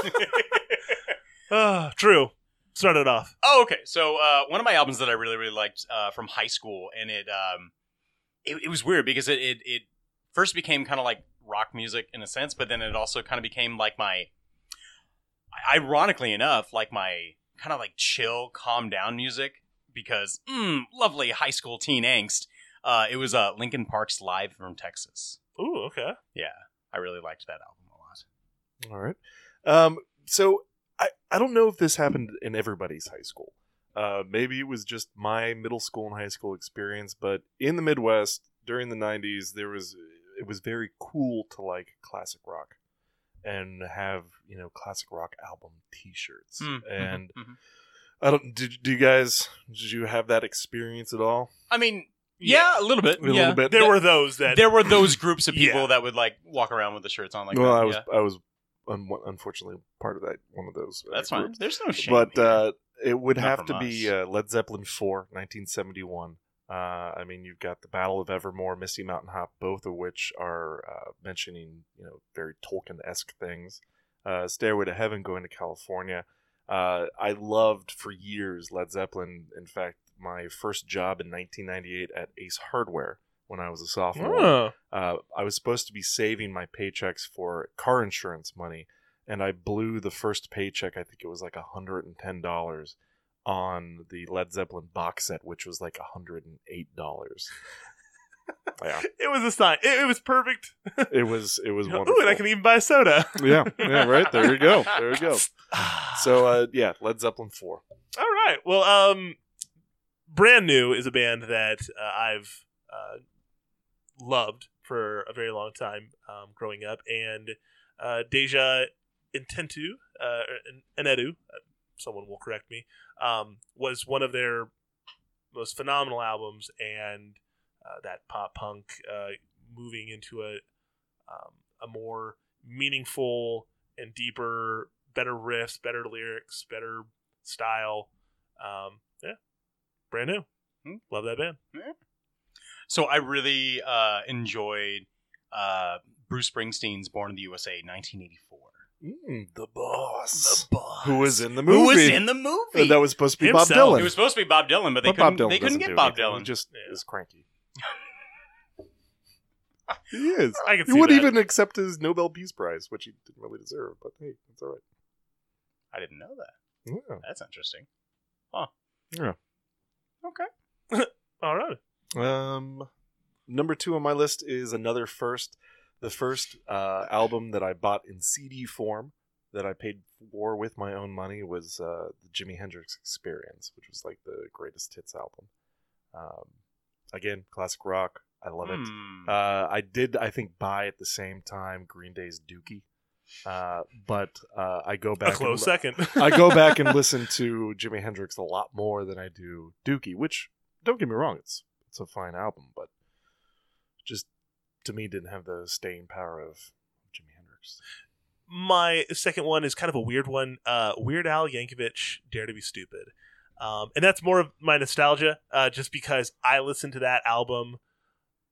C: Ah, true. Start it off.
B: Oh, okay. So uh, one of my albums that I really really liked uh, from high school, and it um, it, it was weird because it it, it first became kind of like rock music in a sense, but then it also kind of became like my, ironically enough, like my kind of like chill, calm down music because mm, lovely high school teen angst. Uh, it was uh, Lincoln Park's Live from Texas.
C: Ooh, okay.
B: Yeah, I really liked that album a lot.
D: All right. Um, so I, I don't know if this happened in everybody's high school. Uh, maybe it was just my middle school and high school experience, but in the Midwest during the '90s, there was it was very cool to like classic rock and have you know classic rock album T-shirts.
B: Mm,
C: Hmm.
B: mhm,
D: And
B: mhm.
D: I don't did, do you guys did you have that experience at all?
B: I mean, yeah, a little bit.
D: A little
B: yeah.
D: bit.
C: There were those that
B: There were
C: (laughs)
B: those groups of people
C: Yeah.
B: that would like walk around with the shirts on like
D: well,
B: that.
D: I was
B: yeah.
D: I was un- unfortunately part of that one of those. uh,
B: That's fine.
D: groups.
B: There's no shame
D: But
B: here.
D: uh, it would
B: Not
D: have
B: from
D: to be uh, Led Zeppelin 4, 1971. Uh, I mean, you've got the Battle of Evermore, Missy Mountain Hop, both of which are uh, mentioning you know very Tolkien esque things. Uh, Stairway to Heaven, going to California. Uh, I loved for years Led Zeppelin. In fact, my first job in 1998 at Ace Hardware when I was a sophomore.
C: Oh.
D: Uh, I was supposed to be saving my paychecks for car insurance money, and I blew the first paycheck. I think it was like hundred and ten dollars
B: (laughs)
D: on the Led Zeppelin box set, which was like hundred and eight dollars. Yeah.
C: It was a sign. It, it was perfect.
D: It was it was wonderful.
C: (laughs) Ooh, and I can even buy soda.
D: yeah, yeah, right. There you go. There you
C: (laughs)
D: go. So uh, yeah, Led Zeppelin four.
C: All right. Well, um, Brand New is a band that uh, I've uh, loved for a very long time um, growing up, and uh, Deja Intentu, uh, Enedu, uh, someone will correct me, um, was one of their most phenomenal albums, and uh, that pop punk uh, moving into a um, a more meaningful and deeper, better riffs, better lyrics, better style. Um, yeah, brand new. Love that band.
B: So I really uh, enjoyed uh, Bruce Springsteen's Born in the USA 1984.
D: Mm, the boss.
B: The boss.
D: Who was in the movie?
B: Who was in the movie?
D: And that was supposed to be
B: Himself.
D: Bob Dylan.
B: It was supposed to be Bob Dylan, but they
D: But
B: couldn't,
D: Bob Dylan
B: they couldn't
D: doesn't
B: get
D: do
B: Bob
D: anything.
B: Dylan.
D: He just is cranky. (laughs) He is.
C: I (laughs) can
D: he
C: see
D: would
C: that.
D: even accept his Nobel Peace Prize, which he didn't really deserve. But hey, it's all right.
B: I didn't know that.
D: Yeah.
B: That's interesting. Huh.
D: Yeah.
B: Okay.
C: All right.
D: Um, number two on my list is another first, the first uh, album that I bought in CD form that I paid for with my own money was uh, the Jimi Hendrix Experience, which was like the greatest hits album. Um, again, classic rock. I love it.
B: Hmm.
D: Uh, I did, I think, buy at the same time Green Day's Dookie. Uh, but uh, I go back
C: close
D: and-
C: second.
D: (laughs) I go back and listen to Jimi Hendrix a lot more than I do Dookie, which don't get me wrong, it's it's a fine album, but just to me didn't have the staying power of Jimi Hendrix.
C: (laughs) my second one is kind of a weird one. Uh, weird Al Yankovic, Dare to Be Stupid, um, and that's more of my nostalgia, uh, just because I listened to that album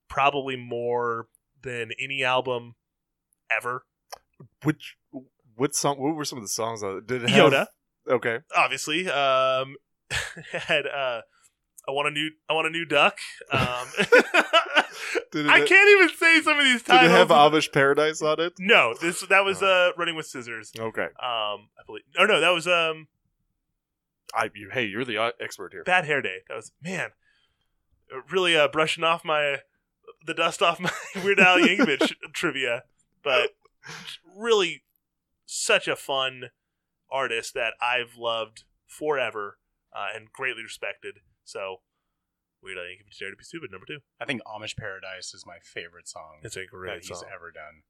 C: probably more than any album ever.
D: Which what song? What were some of the songs? on it? Did it have,
C: Yoda,
D: Okay,
C: obviously, um, (laughs) had uh, I want a new, I want a new duck. Um,
D: (laughs)
C: (laughs)
D: Did it-
C: I can't even say some of these
D: Did it
C: titles.
D: have Amish Paradise on it?
C: no, this that was uh, Running with Scissors.
D: Okay,
C: Um, I believe. Oh no, that was um.
D: I you, hey, you're the uh, expert here.
C: Bad hair day. That was man, really uh, brushing off my the dust off my (laughs) Weird Al Yankovic trivia, but really such a fun artist that I've loved forever uh, and greatly respected. So Weird Al Yankovic Dare to Be Stupid number two.
B: I think Amish Paradise is my favorite song. Oh,
C: It's a great
B: that he's
C: song.
B: ever done.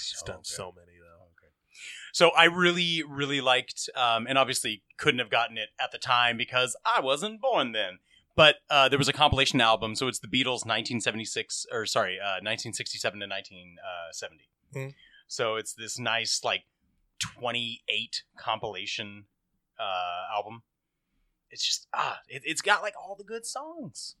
C: He's
B: So
C: done
B: good.
C: so many though.
B: So I really, really liked, um, and obviously couldn't have gotten it at the time because I wasn't born then. But uh, there was a compilation album, so it's the Beatles 1976, or sorry, uh, 1967 to 1970.
D: Mhm.
B: So it's this nice, like, 28 compilation uh, album. It's just, ah, it, it's got, like, all the good songs.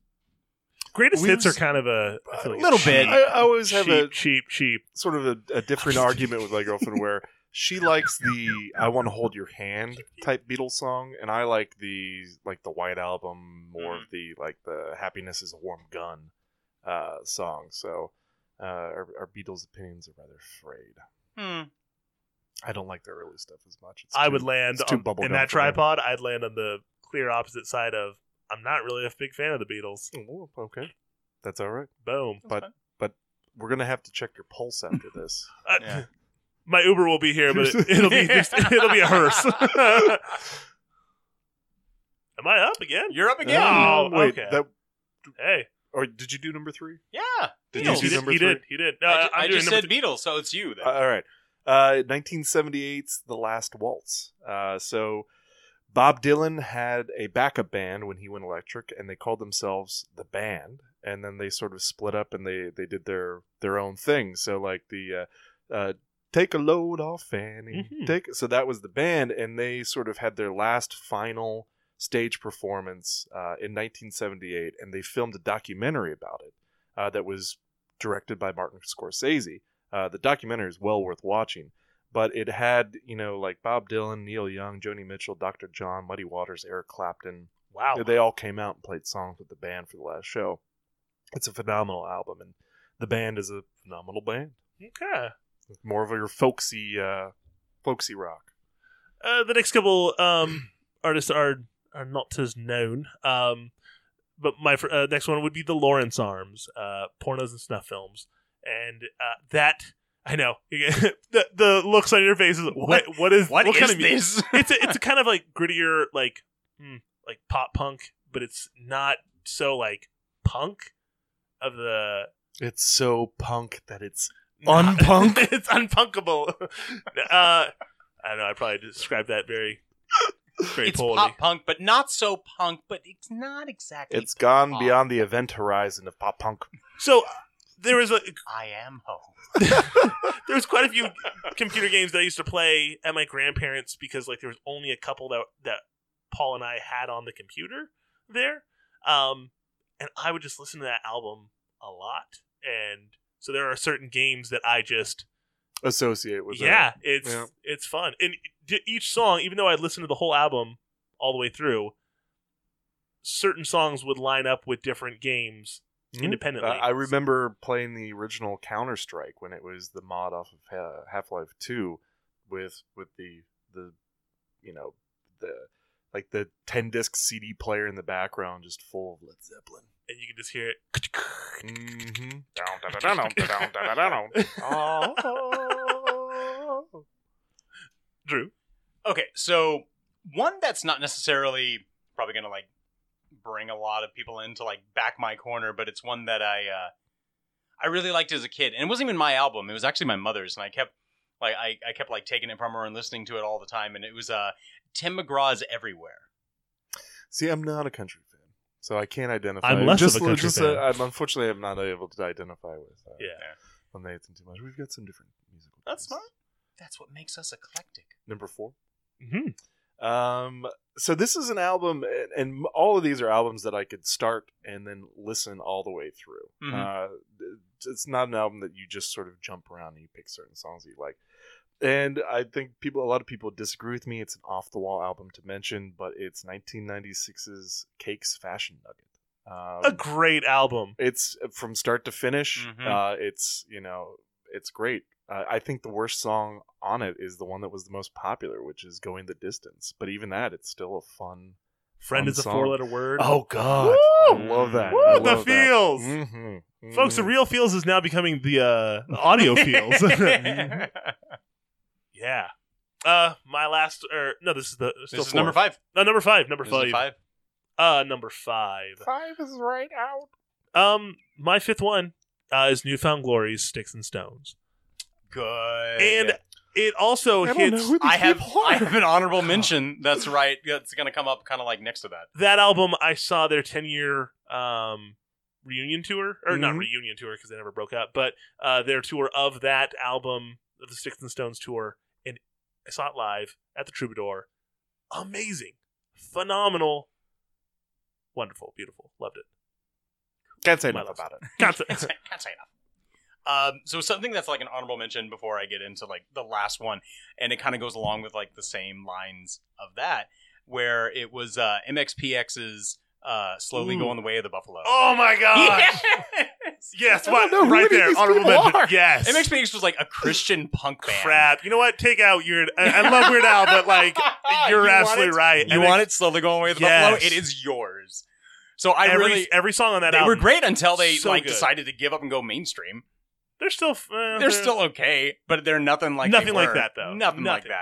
C: Greatest
B: We
C: hits
B: was-
C: are kind of a I feel like
B: little
C: cheap-
B: bit.
D: I, I always have a
C: cheap, cheap, cheap.
D: sort of a,
C: (laughs)
D: a different argument with my girlfriend where she likes the "I want to hold your hand" type Beatles song, and I like the like the White Album, more of the like the "Happiness is a Warm Gun" uh, song. So uh, our, our Beatles opinions are rather frayed.
B: Hmm.
D: I don't like their early stuff as much. It's
C: I
D: too-
C: would land
D: it's too
C: on,
D: bubblegum
C: in that
D: for me.
C: tripod. I'd land on the clear opposite side of I'm not really a big fan of the Beatles.
D: Oh, okay, that's all right.
C: Boom.
D: but but we're gonna have to check your
C: (laughs)
D: pulse after this.
C: Uh,
B: Yeah.
C: My Uber will be here,
D: (laughs)
C: but it, it'll be
B: (laughs)
C: it'll be a hearse. (laughs) Am I up again?
B: You're up again.
C: Oh,
D: Um, (laughs) wait,
C: okay.
D: that
C: hey,
D: or did you do number three?
B: Yeah.
D: Did
C: Beatles.
D: you
C: He
D: do
C: did-
D: number
C: he
D: three?
C: did. He did. No,
B: I, ju-
C: I,
B: I
C: am doing
B: just
C: number
B: said Beatles, so it's you then.
D: Uh, all right. Uh, 1978's The Last Waltz. Uh, so Bob Dylan had a backup band when he went electric, and they called themselves The Band. And then they sort of split up and they, they did their, their own thing. So, like the uh, uh, Take a Load Off Fanny.
C: Mhm.
D: Take, so that was the band, and they sort of had their last final stage performance uh, in 1978, and they filmed a documentary about it uh, that was directed by Martin Scorsese. Uh, the documentary is well worth watching, but it had you know like Bob Dylan, Neil Young, Joni Mitchell, Dr. John, Muddy Waters, Eric Clapton.
C: Wow.
D: they all came out and played songs with the band for the last show. It's a phenomenal album, and the band is a phenomenal band.
C: three. Okay.
D: It's more of your folksy, uh, folksy rock.
C: (clears throat) Uh, the next couple um, artists are are not as known. Um, But my fir- uh, next one would be the Lawrence Arms, uh, pornos and snuff films, and uh, that I know (laughs) the the looks on your face is like, what what is
B: What
C: kind
B: is
C: of mu-"
B: this?
C: (laughs)
D: (laughs)
C: it's a,
B: (laughs)
C: it's a kind of like grittier like hmm, like pop punk, but it's not so like punk of the
D: It's so punk that it's
C: Nah.
D: unpunk.
C: (laughs) it's unpunkable. (laughs) uh, I don't know. I probably described that very, very
B: it's
C: poorly.
B: pop punk, but not so punk. But it's not exactly.
D: it's gone
B: pop.
D: beyond the event horizon of pop punk.
C: So uh, there was a
B: I am home.
C: there was quite a few computer games that I used to play at my grandparents because like there was only a couple that that Paul and I had on the computer there, um, and I would just listen to that album a lot. And so there are certain games that I just
D: Associate with
C: yeah,
D: that.
C: it's
D: Yeah.
C: it's fun, and d- each song, even though I listened to the whole album all the way through, certain songs would line up with different games
D: Mhm.
C: independently.
D: I I remember playing the original Counter Strike when it was the mod off of uh, Half Life Two, with with the the you know the like the ten disc CD player in the background just full of Led Zeppelin.
C: and you can just hear it. (laughs) Mm-hmm.
D: (laughs)
C: (laughs) Drew,
B: Okay, so one that's not necessarily probably gonna like bring a lot of people into like back my corner, but it's one that I uh I really liked as a kid. And it wasn't even my album, it was actually my mother's, and I kept like I, I kept like taking it from her and listening to it all the time, and it was uh Tim McGraw's Everywhere.
D: See, I'm not a country fan, so I can't identify.
C: I'm less of
D: Just-
C: a country
D: just,
C: fan.
D: Uh, I'm, unfortunately, I'm not able to identify with. Uh,
C: yeah,
D: when they listen too much, we've got some different musical.
B: That's
D: tastes.
B: fine. That's what makes us eclectic.
D: Number four.
C: mm-hmm.
D: Um, so this is an album, and, and all of these are albums that I could start and then listen all the way through.
B: Mhm.
C: Mm-hmm.
D: Uh, it's not an album that you just sort of jump around and you pick certain songs that you like. And I think people, a lot of people disagree with me. It's an off the wall album to mention, but it's 1996's Cakes Fashion Nugget.
C: a
D: Um,
C: great album.
D: it's uh, from start to finish.
C: Mm-hmm.
B: Mhm.
D: Uh, it's you know, it's great. Uh, I think the worst song on it is the one that was the most popular, which is "Going the Distance." But even that, it's still a fun.
C: Friend
D: fun
C: is a
D: song.
C: four-letter word.
D: Oh God,
C: Woo!
D: I love that.
C: Mm-hmm. Woo,
D: I
C: the
D: love that.
C: feels,
D: Mhm.
C: folks. The
D: Mhm.
C: real feels is now becoming the uh, the
D: (laughs)
B: (laughs)
C: audio (laughs) feels.
D: Mm-hmm.
C: yeah. Uh, my last, or no, this is the
B: This is number five.
C: No, number five. Number
B: This
C: five.
B: is five.
C: Uh, number five.
D: Five is right out.
C: Um, my fifth one uh, is Newfound Glories, Sticks and Stones,
B: Good.
C: and it also
D: I don't know
C: hits.
D: who these
B: I have
D: people
B: I
D: are.
B: have an
C: (laughs) Oh.
B: honorable mention. That's right. That's gonna come up kind of like next to that.
C: that album I saw their 10 year um reunion tour or not
D: Mhm.
C: reunion tour because they never broke up but uh their tour of that album of the Sticks and Stones tour and I saw it live at the Troubadour amazing phenomenal wonderful beautiful loved it
D: Can't say
C: My
D: enough
C: last-
D: about it. (laughs)
B: can't say,
C: Concept.
B: can't say enough. Um, so something that's like an honorable mention before I get into like the last one, and it kind of goes along with like the same lines of that, where it was uh, MXPX's uh, "Slowly
C: Ooh.
B: Going the Way of the Buffalo." (laughs)
C: oh my god
B: yes!
C: yes
D: I
C: what
D: don't know who
C: right
D: these
C: there
D: people
C: honorable mention
D: are.
C: yes
B: MXPX was like a Christian punk band.
C: crap you know what take out Weird
D: (laughs)
C: I, I love Weird Al
B: (laughs)
C: but like you're
B: You want
C: absolutely
B: it?
C: right
B: You want it slowly going away with the
C: Yes.
B: buffalo? It is yours. So I
C: every,
B: really
C: every song on that
B: they
C: album
B: were great until they
C: So
B: like
C: good.
B: decided to give up and go mainstream.
C: they're still f- uh, (laughs)
B: They're still okay, but they're nothing like they
C: Nothing like
B: were.
C: that, though.
B: Nothing, like
C: Nothing.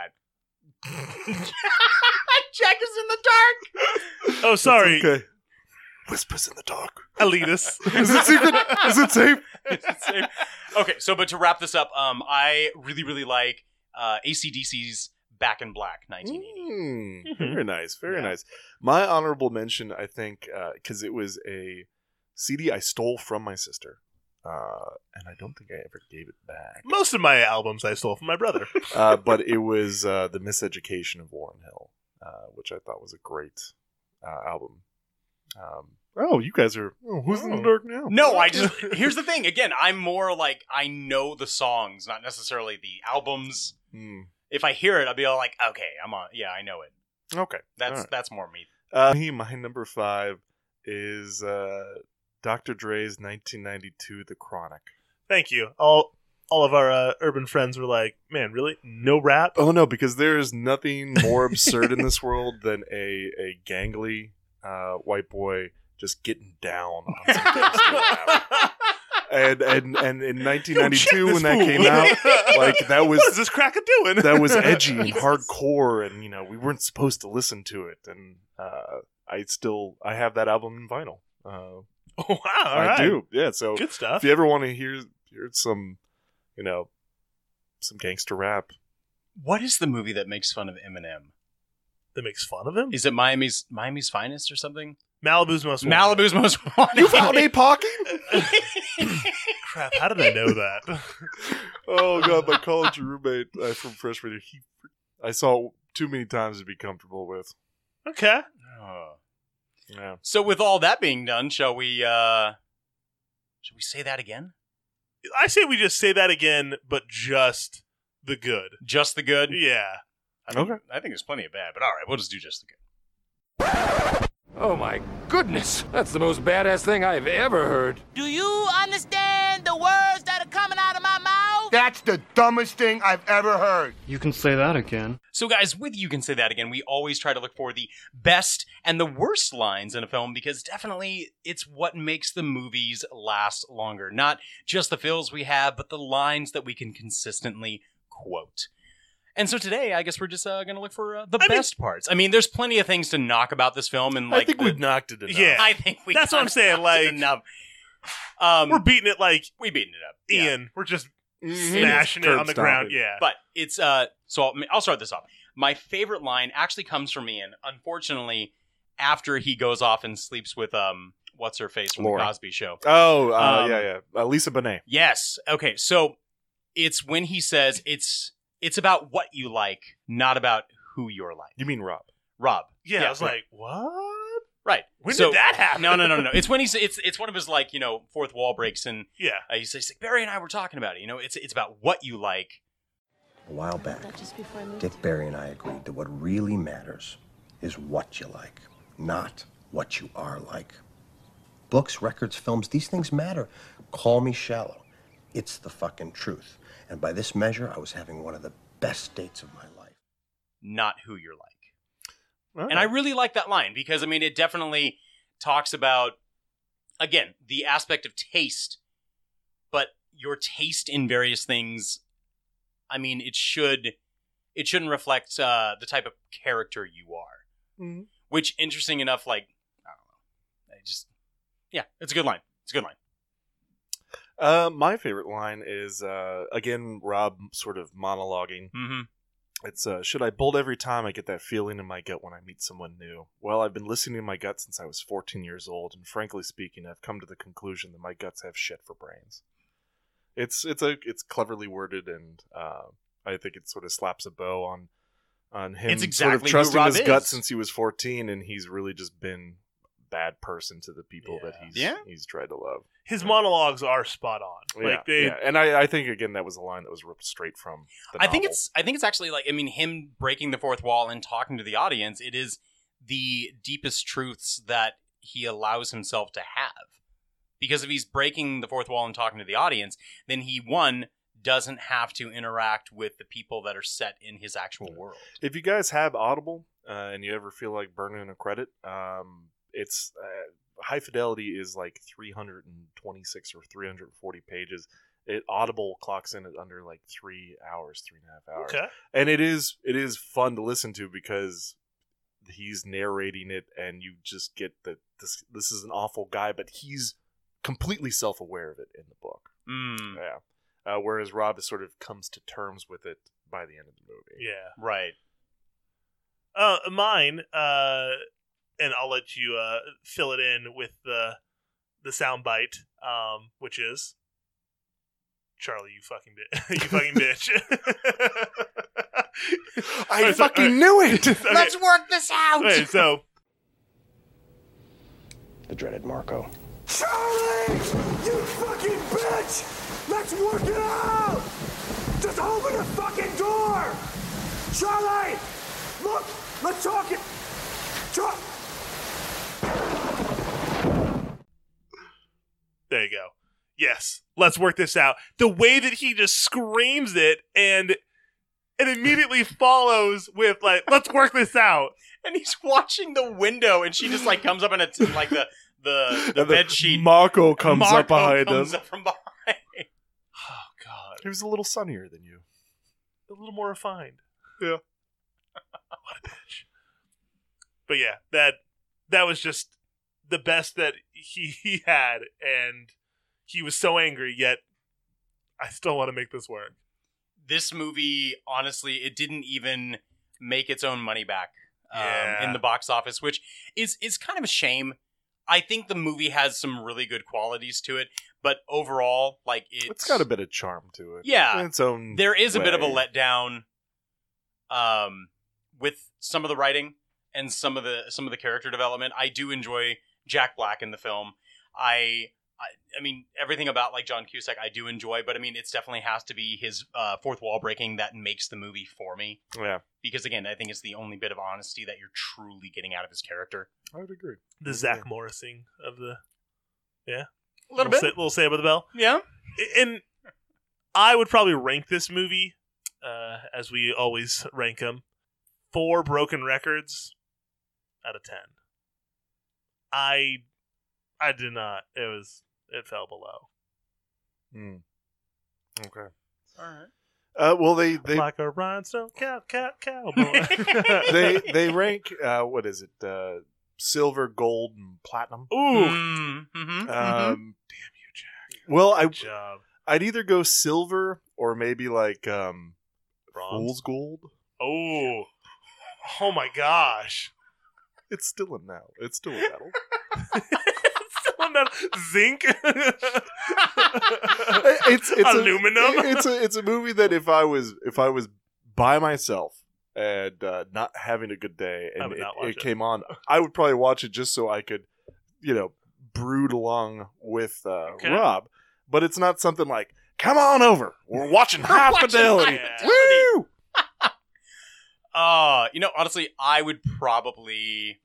B: that. Jack is in the dark.
C: oh sorry
D: It's okay. Whispers in the dark.
C: (laughs) Elitus.
D: Is it secret? is it safe?
B: (laughs) Same. okay, so but to wrap this up, um, I really really like uh, ACDC's Back in Black 1980.
D: Mm,
C: Mhm.
D: Very nice, very
B: Yeah.
D: nice. My honorable mention, I think, because it was a CD I stole from my sister, uh, and I don't think I ever gave it back.
C: Most of my albums I stole from
B: (laughs)
C: my brother.
D: uh, but (laughs) it was uh, the Miseducation of Warren Hill, uh, which I thought was a great uh, album. Um, oh, you guys are oh, who's in the
C: Oh.
D: dark now?
B: No, I just
D: (laughs)
B: here's the thing. Again, I'm more like I know the songs, not necessarily the albums.
D: Hmm,
B: If I hear it, I'll be all like, okay, I'm on. Yeah, I know it.
D: okay,
B: That's
D: all right.
B: that's more me.
D: Uh, me, my number five is uh, Dr. Dre's 1992 The Chronic.
C: Thank you. All all of our uh, urban friends were like, "Man, really? No rap?"
D: Oh no, because there is nothing more absurd in this world than a a gangly uh, white boy just getting down
B: (laughs)
D: on some things
C: (laughs)
D: still happening. And, and and in 1992 when that came out, like that was
C: What is this cracker doing?
D: that
G: (laughs)
D: was
C: (laughs)
D: edgy and hardcore, and you know we weren't supposed to listen to it. And uh, I still I have that album in vinyl. Uh,
C: Oh, (laughs) wow. all
D: I
C: right.
D: do. Yeah. So
C: Good stuff.
D: If you ever want to hear hear some, you know, some gangster rap,
B: What is the movie that makes fun of Eminem?
C: That makes fun of him?
B: Is it Miami's Miami's Finest or something?
C: Malibu's most wanted.
B: Malibu's most wanted.
C: (laughs) You found
D: a pocket?
B: (laughs)
C: Crap, how did I know
D: (laughs)
C: that?
D: oh god, my college roommate uh, from freshman year, he, I saw it too many times to be comfortable with.
C: okay.
B: Oh.
D: Yeah.
B: So with all that being done, shall we uh shall we say that again?
C: I say we just say that again, but just the good.
B: Just the good?
C: Yeah.
B: I think,
D: Okay.
B: I think there's plenty of bad, but all right, we'll just do just the good.
N: Oh my goodness, that's the most badass thing I've ever heard.
R: Do you understand the words that are coming out of my mouth?
S: That's the dumbest thing I've ever heard.
T: You can say that again.
B: So, guys, with You Can Say That Again, we always try to look for the best and the worst lines in a film because definitely it's what makes the movies last longer. Not just the fills we have, but the lines that we can consistently quote. And so today, I guess we're just uh, going to look for uh, the best parts. I mean, there's plenty of things to knock about this film, and like
C: think
B: the-
C: we've knocked it enough.
B: Yeah, (laughs) I think we.
C: That's what I'm saying,
B: knocked it
C: like-
B: enough. Um,
C: We're beating it like
B: we beating it up, yeah.
C: Ian. We're just smashing it
B: Curb
C: on the
B: stomping.
C: ground. Yeah.
B: (laughs) But it's uh so I'll, I'll start this off. My favorite line actually comes from Ian. Unfortunately, after he goes off and sleeps with um what's her face from
D: Laura.
B: the Cosby show.
D: Oh, uh,
B: Um,
D: yeah, yeah. Uh, Lisa Bonet.
B: Yes. Okay. So it's when he says it's it's about what you like, not about who you're like.
D: You mean Rob?
B: Rob.
C: yeah, I was like, what?
B: Right.
C: When
B: So-
C: did that happen?
B: No, no, no, no.
C: (laughs)
B: It's when he's it's it's one of his like you know fourth wall breaks and
C: yeah.
B: Uh, he's, he's like Barry and I were talking about it. You know, it's it's about what you like.
U: A while back, Dick Barry and I agreed that what really matters is what you like, not what you are like. Books, records, films, these things matter. Call me shallow. It's the fucking truth. And by this measure, I was having one of the best dates of my life.
B: not who you're like. And I really like that line because I mean it definitely talks about again the aspect of taste, but your taste in various things. I mean, it should it shouldn't reflect uh, the type of character you are.
C: Mhm.
B: Which interesting enough, like I don't know, I just yeah, it's a good line. It's a good line.
D: Uh, my favorite line is uh, again Rob sort of monologuing.
B: Mhm.
D: It's uh, should I bolt every time I get that feeling in my gut when I meet someone new? Well, I've been listening to my gut since I was 14 years old, and frankly speaking, I've come to the conclusion that my guts have shit for brains. It's it's a it's cleverly worded, and uh, I think it sort of slaps a bow on on him.
B: It's
D: sort
B: exactly
D: of
B: who
D: trusting
B: Rob
D: his gut
B: is.
D: since he was 14, and he's really just been bad person to the people that he's
C: Yeah.
D: he's tried to love.
C: His monologues are spot on.
D: Yeah,
C: Like they
D: yeah. and I, I think again that was a line that was ripped straight from. The
B: I think
D: novel.
B: it's I think it's actually like I mean him breaking the fourth wall and talking to the audience. It is the deepest truths that he allows himself to have. Because if he's breaking the fourth wall and talking to the audience, then he one doesn't have to interact with the people that are set in his actual world.
D: if you guys have Audible uh, and you ever feel like burning a credit, um, it's uh, high fidelity is like 326 or 340 pages. It Audible clocks in at under like three hours, three and a half hours,
C: Okay.
D: and it is it is fun to listen to because he's narrating it, and you just get that this this is an awful guy, but he's completely self aware of it in the book.
B: Mm.
D: Yeah. Uh, whereas Rob is sort of comes to terms with it by the end of the movie.
C: Yeah.
B: Right.
C: Uh, mine, uh, and I'll let you uh, fill it in with the the sound bite, um, which is Charlie, you fucking bitch, (laughs) you fucking bitch.
D: I fucking knew it.
C: (laughs)
D: (laughs)
C: Let's
B: work this out. (laughs)
C: Okay, so
U: The dreaded Marco.
I: Charlie! You fucking bitch! Let's work it out! Just open the fucking door! Charlie! Look! Let's talk it! Char-
C: there you go. Yes, let's work this out. The way that he just screams it and and immediately follows with like, "Let's work this out."
B: And he's watching the window and she just like comes up in a t- like the
C: the the
D: And then
C: bed sheet.
D: Marco comes up behind
C: comes
D: us.
C: up from behind.
D: He was a little sunnier than you.
C: a little more refined.
D: Yeah.
C: what a bitch. But yeah, that that was just the best that he, he had, and he was so angry. Yet, I still want to make this work.
B: this movie honestly it didn't even make its own money back um,
C: Yeah.
B: in the box office which is is kind of a shame i think the movie has some really good qualities to it but overall like it's,
D: It's got a bit of charm to it.
B: yeah
D: In its own.
B: there is a bit of a
D: way.
B: letdown um with some of the writing and some of the some of the character development i do enjoy jack black in the film i i, I mean everything about like john cusack i do enjoy but i mean it's definitely has to be his uh, fourth wall breaking that makes the movie for me
D: Yeah.
B: because again i think it's the only bit of honesty that you're truly getting out of his character
D: I would agree. Hmm.
C: The Zach Morrising of the yeah,
B: A little
C: bit,
B: bit.
C: little say about the bell.
B: Yeah,
C: and I would probably rank this movie uh, as we always rank them. Four broken records out of ten. I I did not. It was it fell below.
D: Hmm. Okay.
B: All right.
D: Uh, well, they they
C: like a rhinestone cow, cow, (laughs)
D: (laughs)
C: cowboy.
D: they they rank uh, what is it? Uh, silver, gold, and platinum.
C: Ooh.
D: Um,
C: Mm-hmm.
D: Damn you, Jack. Well, I
C: Uh, Good job.
D: I'd either go silver or maybe like um,
C: Bronze.
D: fool's gold.
C: Oh, oh my gosh! (laughs)
D: It's still a no. It's still a metal.
C: Still not- Zinc.
D: (laughs) it's it's a-
C: aluminum.
D: (laughs) it's a it's a movie that if I was if I was by myself and uh, not having a good day
C: I
D: and
C: would
D: it,
C: not watch
D: it
C: it.
D: came on, I would probably watch it just so I could, you know, brood along with uh,
C: Okay.
D: Rob. But it's not something like, "Come on over,
C: (laughs)
D: we're watching High
B: Watching
D: Fidelity."
B: High
D: Woo!
B: Uh, you know, honestly, I would probably,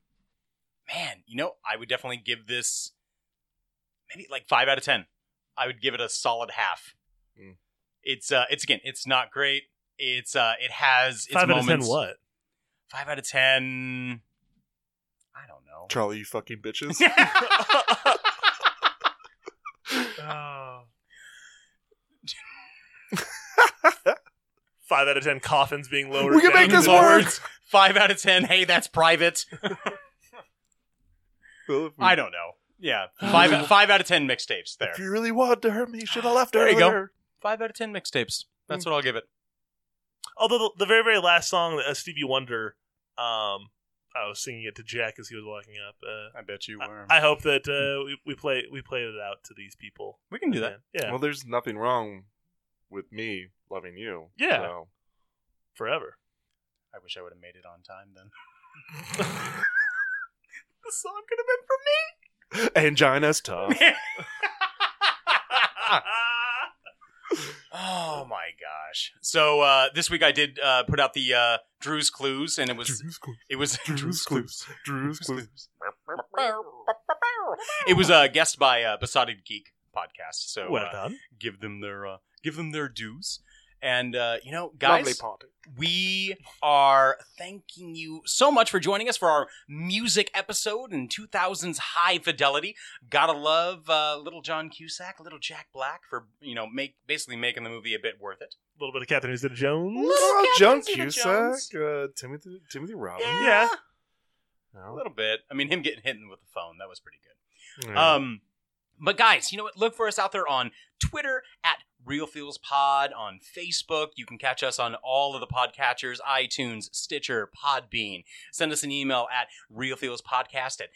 B: man, you know, I would definitely give this maybe like five out of ten. I would give it a solid half.
D: Mm.
B: It's uh, it's again, it's not great. It's uh, it has its
C: Five out of ten.
B: moments.
C: What?
B: Five out of ten. I don't know.
D: Charlie, you
C: (laughs)
D: fucking bitches.
C: Oh. (laughs) Five out of ten coffins being lowered.
D: We can
C: down
D: make this
C: to lowered.
D: work!
B: (laughs) Five out of ten. Hey, that's private.
D: Well,
C: Hmm.
D: if we-
B: I don't know. Yeah, five
C: (sighs)
B: five out of ten mixtapes. There,
D: If you really wanted to hurt me, you should have left
B: there you
D: earlier.
B: go. Five out of ten mixtapes. That's
C: Hmm.
B: what I'll give it.
C: Although the, the very very last song, uh, Stevie Wonder, um, I was singing it to Jack as he was walking up. Uh,
B: I bet you were.
C: I hope that uh, we, we play we play it out to these people.
B: we can do that.
C: Yeah,
D: Well, there's nothing wrong with me loving you.
C: Yeah.
D: so.
C: forever.
B: I wish I would have made it on time then. the song could have been for me.
D: Angina's tough.
B: oh my gosh! So uh, this week I did uh, put out the uh, Drew's Clues, and it was it was Drew's Clues.
D: Drew's Clues.
B: It was uh, guest by uh, Besotted Geek podcast. So
C: well
B: uh,
C: done.
B: give them their uh, give them their dues, and uh, you know, guys,
D: Lovely party.
B: we are thanking you so much for joining us for our music episode in 2000's high fidelity gotta love uh, little john cusack little jack black for you know make basically making the movie a bit worth it
C: A little bit of Catherine Zeta Jones.
D: Oh, John
B: Catherine
D: Cusack,
B: Zeta-Jones.
D: uh, Timothy Timothy Robbins.
C: Yeah.
B: a
D: No.
B: little bit i mean him getting hit with the phone that was pretty good
D: Yeah.
B: Um, but guys, you know what? Look for us out there on Twitter at Real Feels Pod, on Facebook. You can catch us on all of the podcatchers, iTunes, Stitcher, Podbean. Send us an email at realfeelspodcast at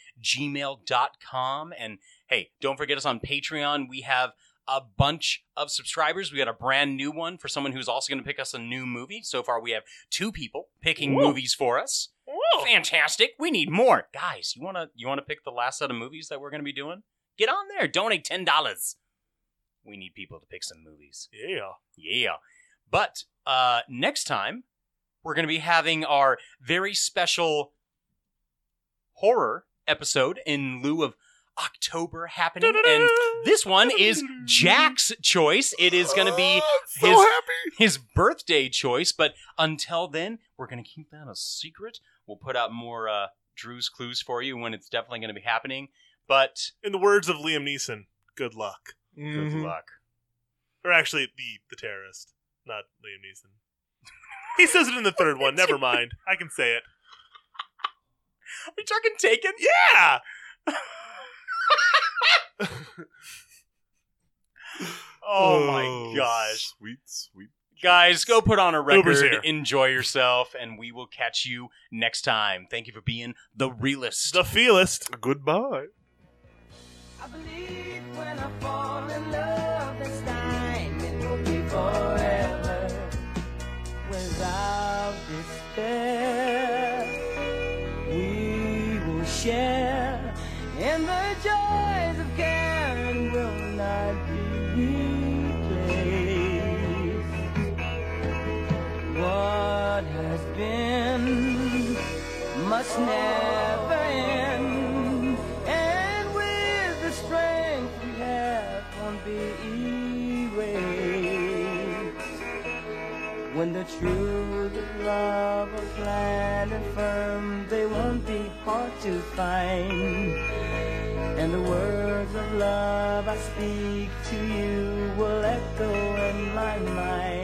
B: gmail.com. And hey, don't forget us on Patreon. We have a bunch of subscribers. We got a brand new one for someone who's also going to pick us a new movie. So far, we have two people picking
C: Whoa.
B: movies for us. Fantastic. We need more. Guys, you want to you want to pick the last set of movies that we're going to be doing? Get on there. Donate $10. We need people to pick some movies.
C: Yeah.
B: Yeah. But uh next time we're going to be having our very special horror episode in lieu of October happening and this one is Jack's choice. It is going to (gasps) be
D: Oh, so
B: his
D: happy.
B: his birthday choice, but until then, we're going to keep that a secret. We'll put out more uh, Drew's clues for you when it's definitely going to be happening. But (laughs)
C: in the words of Liam Neeson, good luck. Mm-hmm.
B: Good luck.
C: Or actually, the the terrorist, not Liam Neeson. He says it in the third one. Never mind. I can say it.
B: Are you talking Taken?
C: Yeah.
B: (laughs) Oh, my gosh.
D: Sweet, sweet.
B: Guys, go put on a
D: Uber's
B: record,
D: here.
B: enjoy yourself, and we will catch you next time. Thank you for being the realist.
C: The feelist.
D: Goodbye.
I: When I fall in love this time, it will be forever without despair. We will share in the joys of care and will not be replaced. What has been must never end. And with the strength we have, won't be erased. When the truth of love are glad and firm, they won't be hard to find. And the words of love I speak to you will echo in my mind.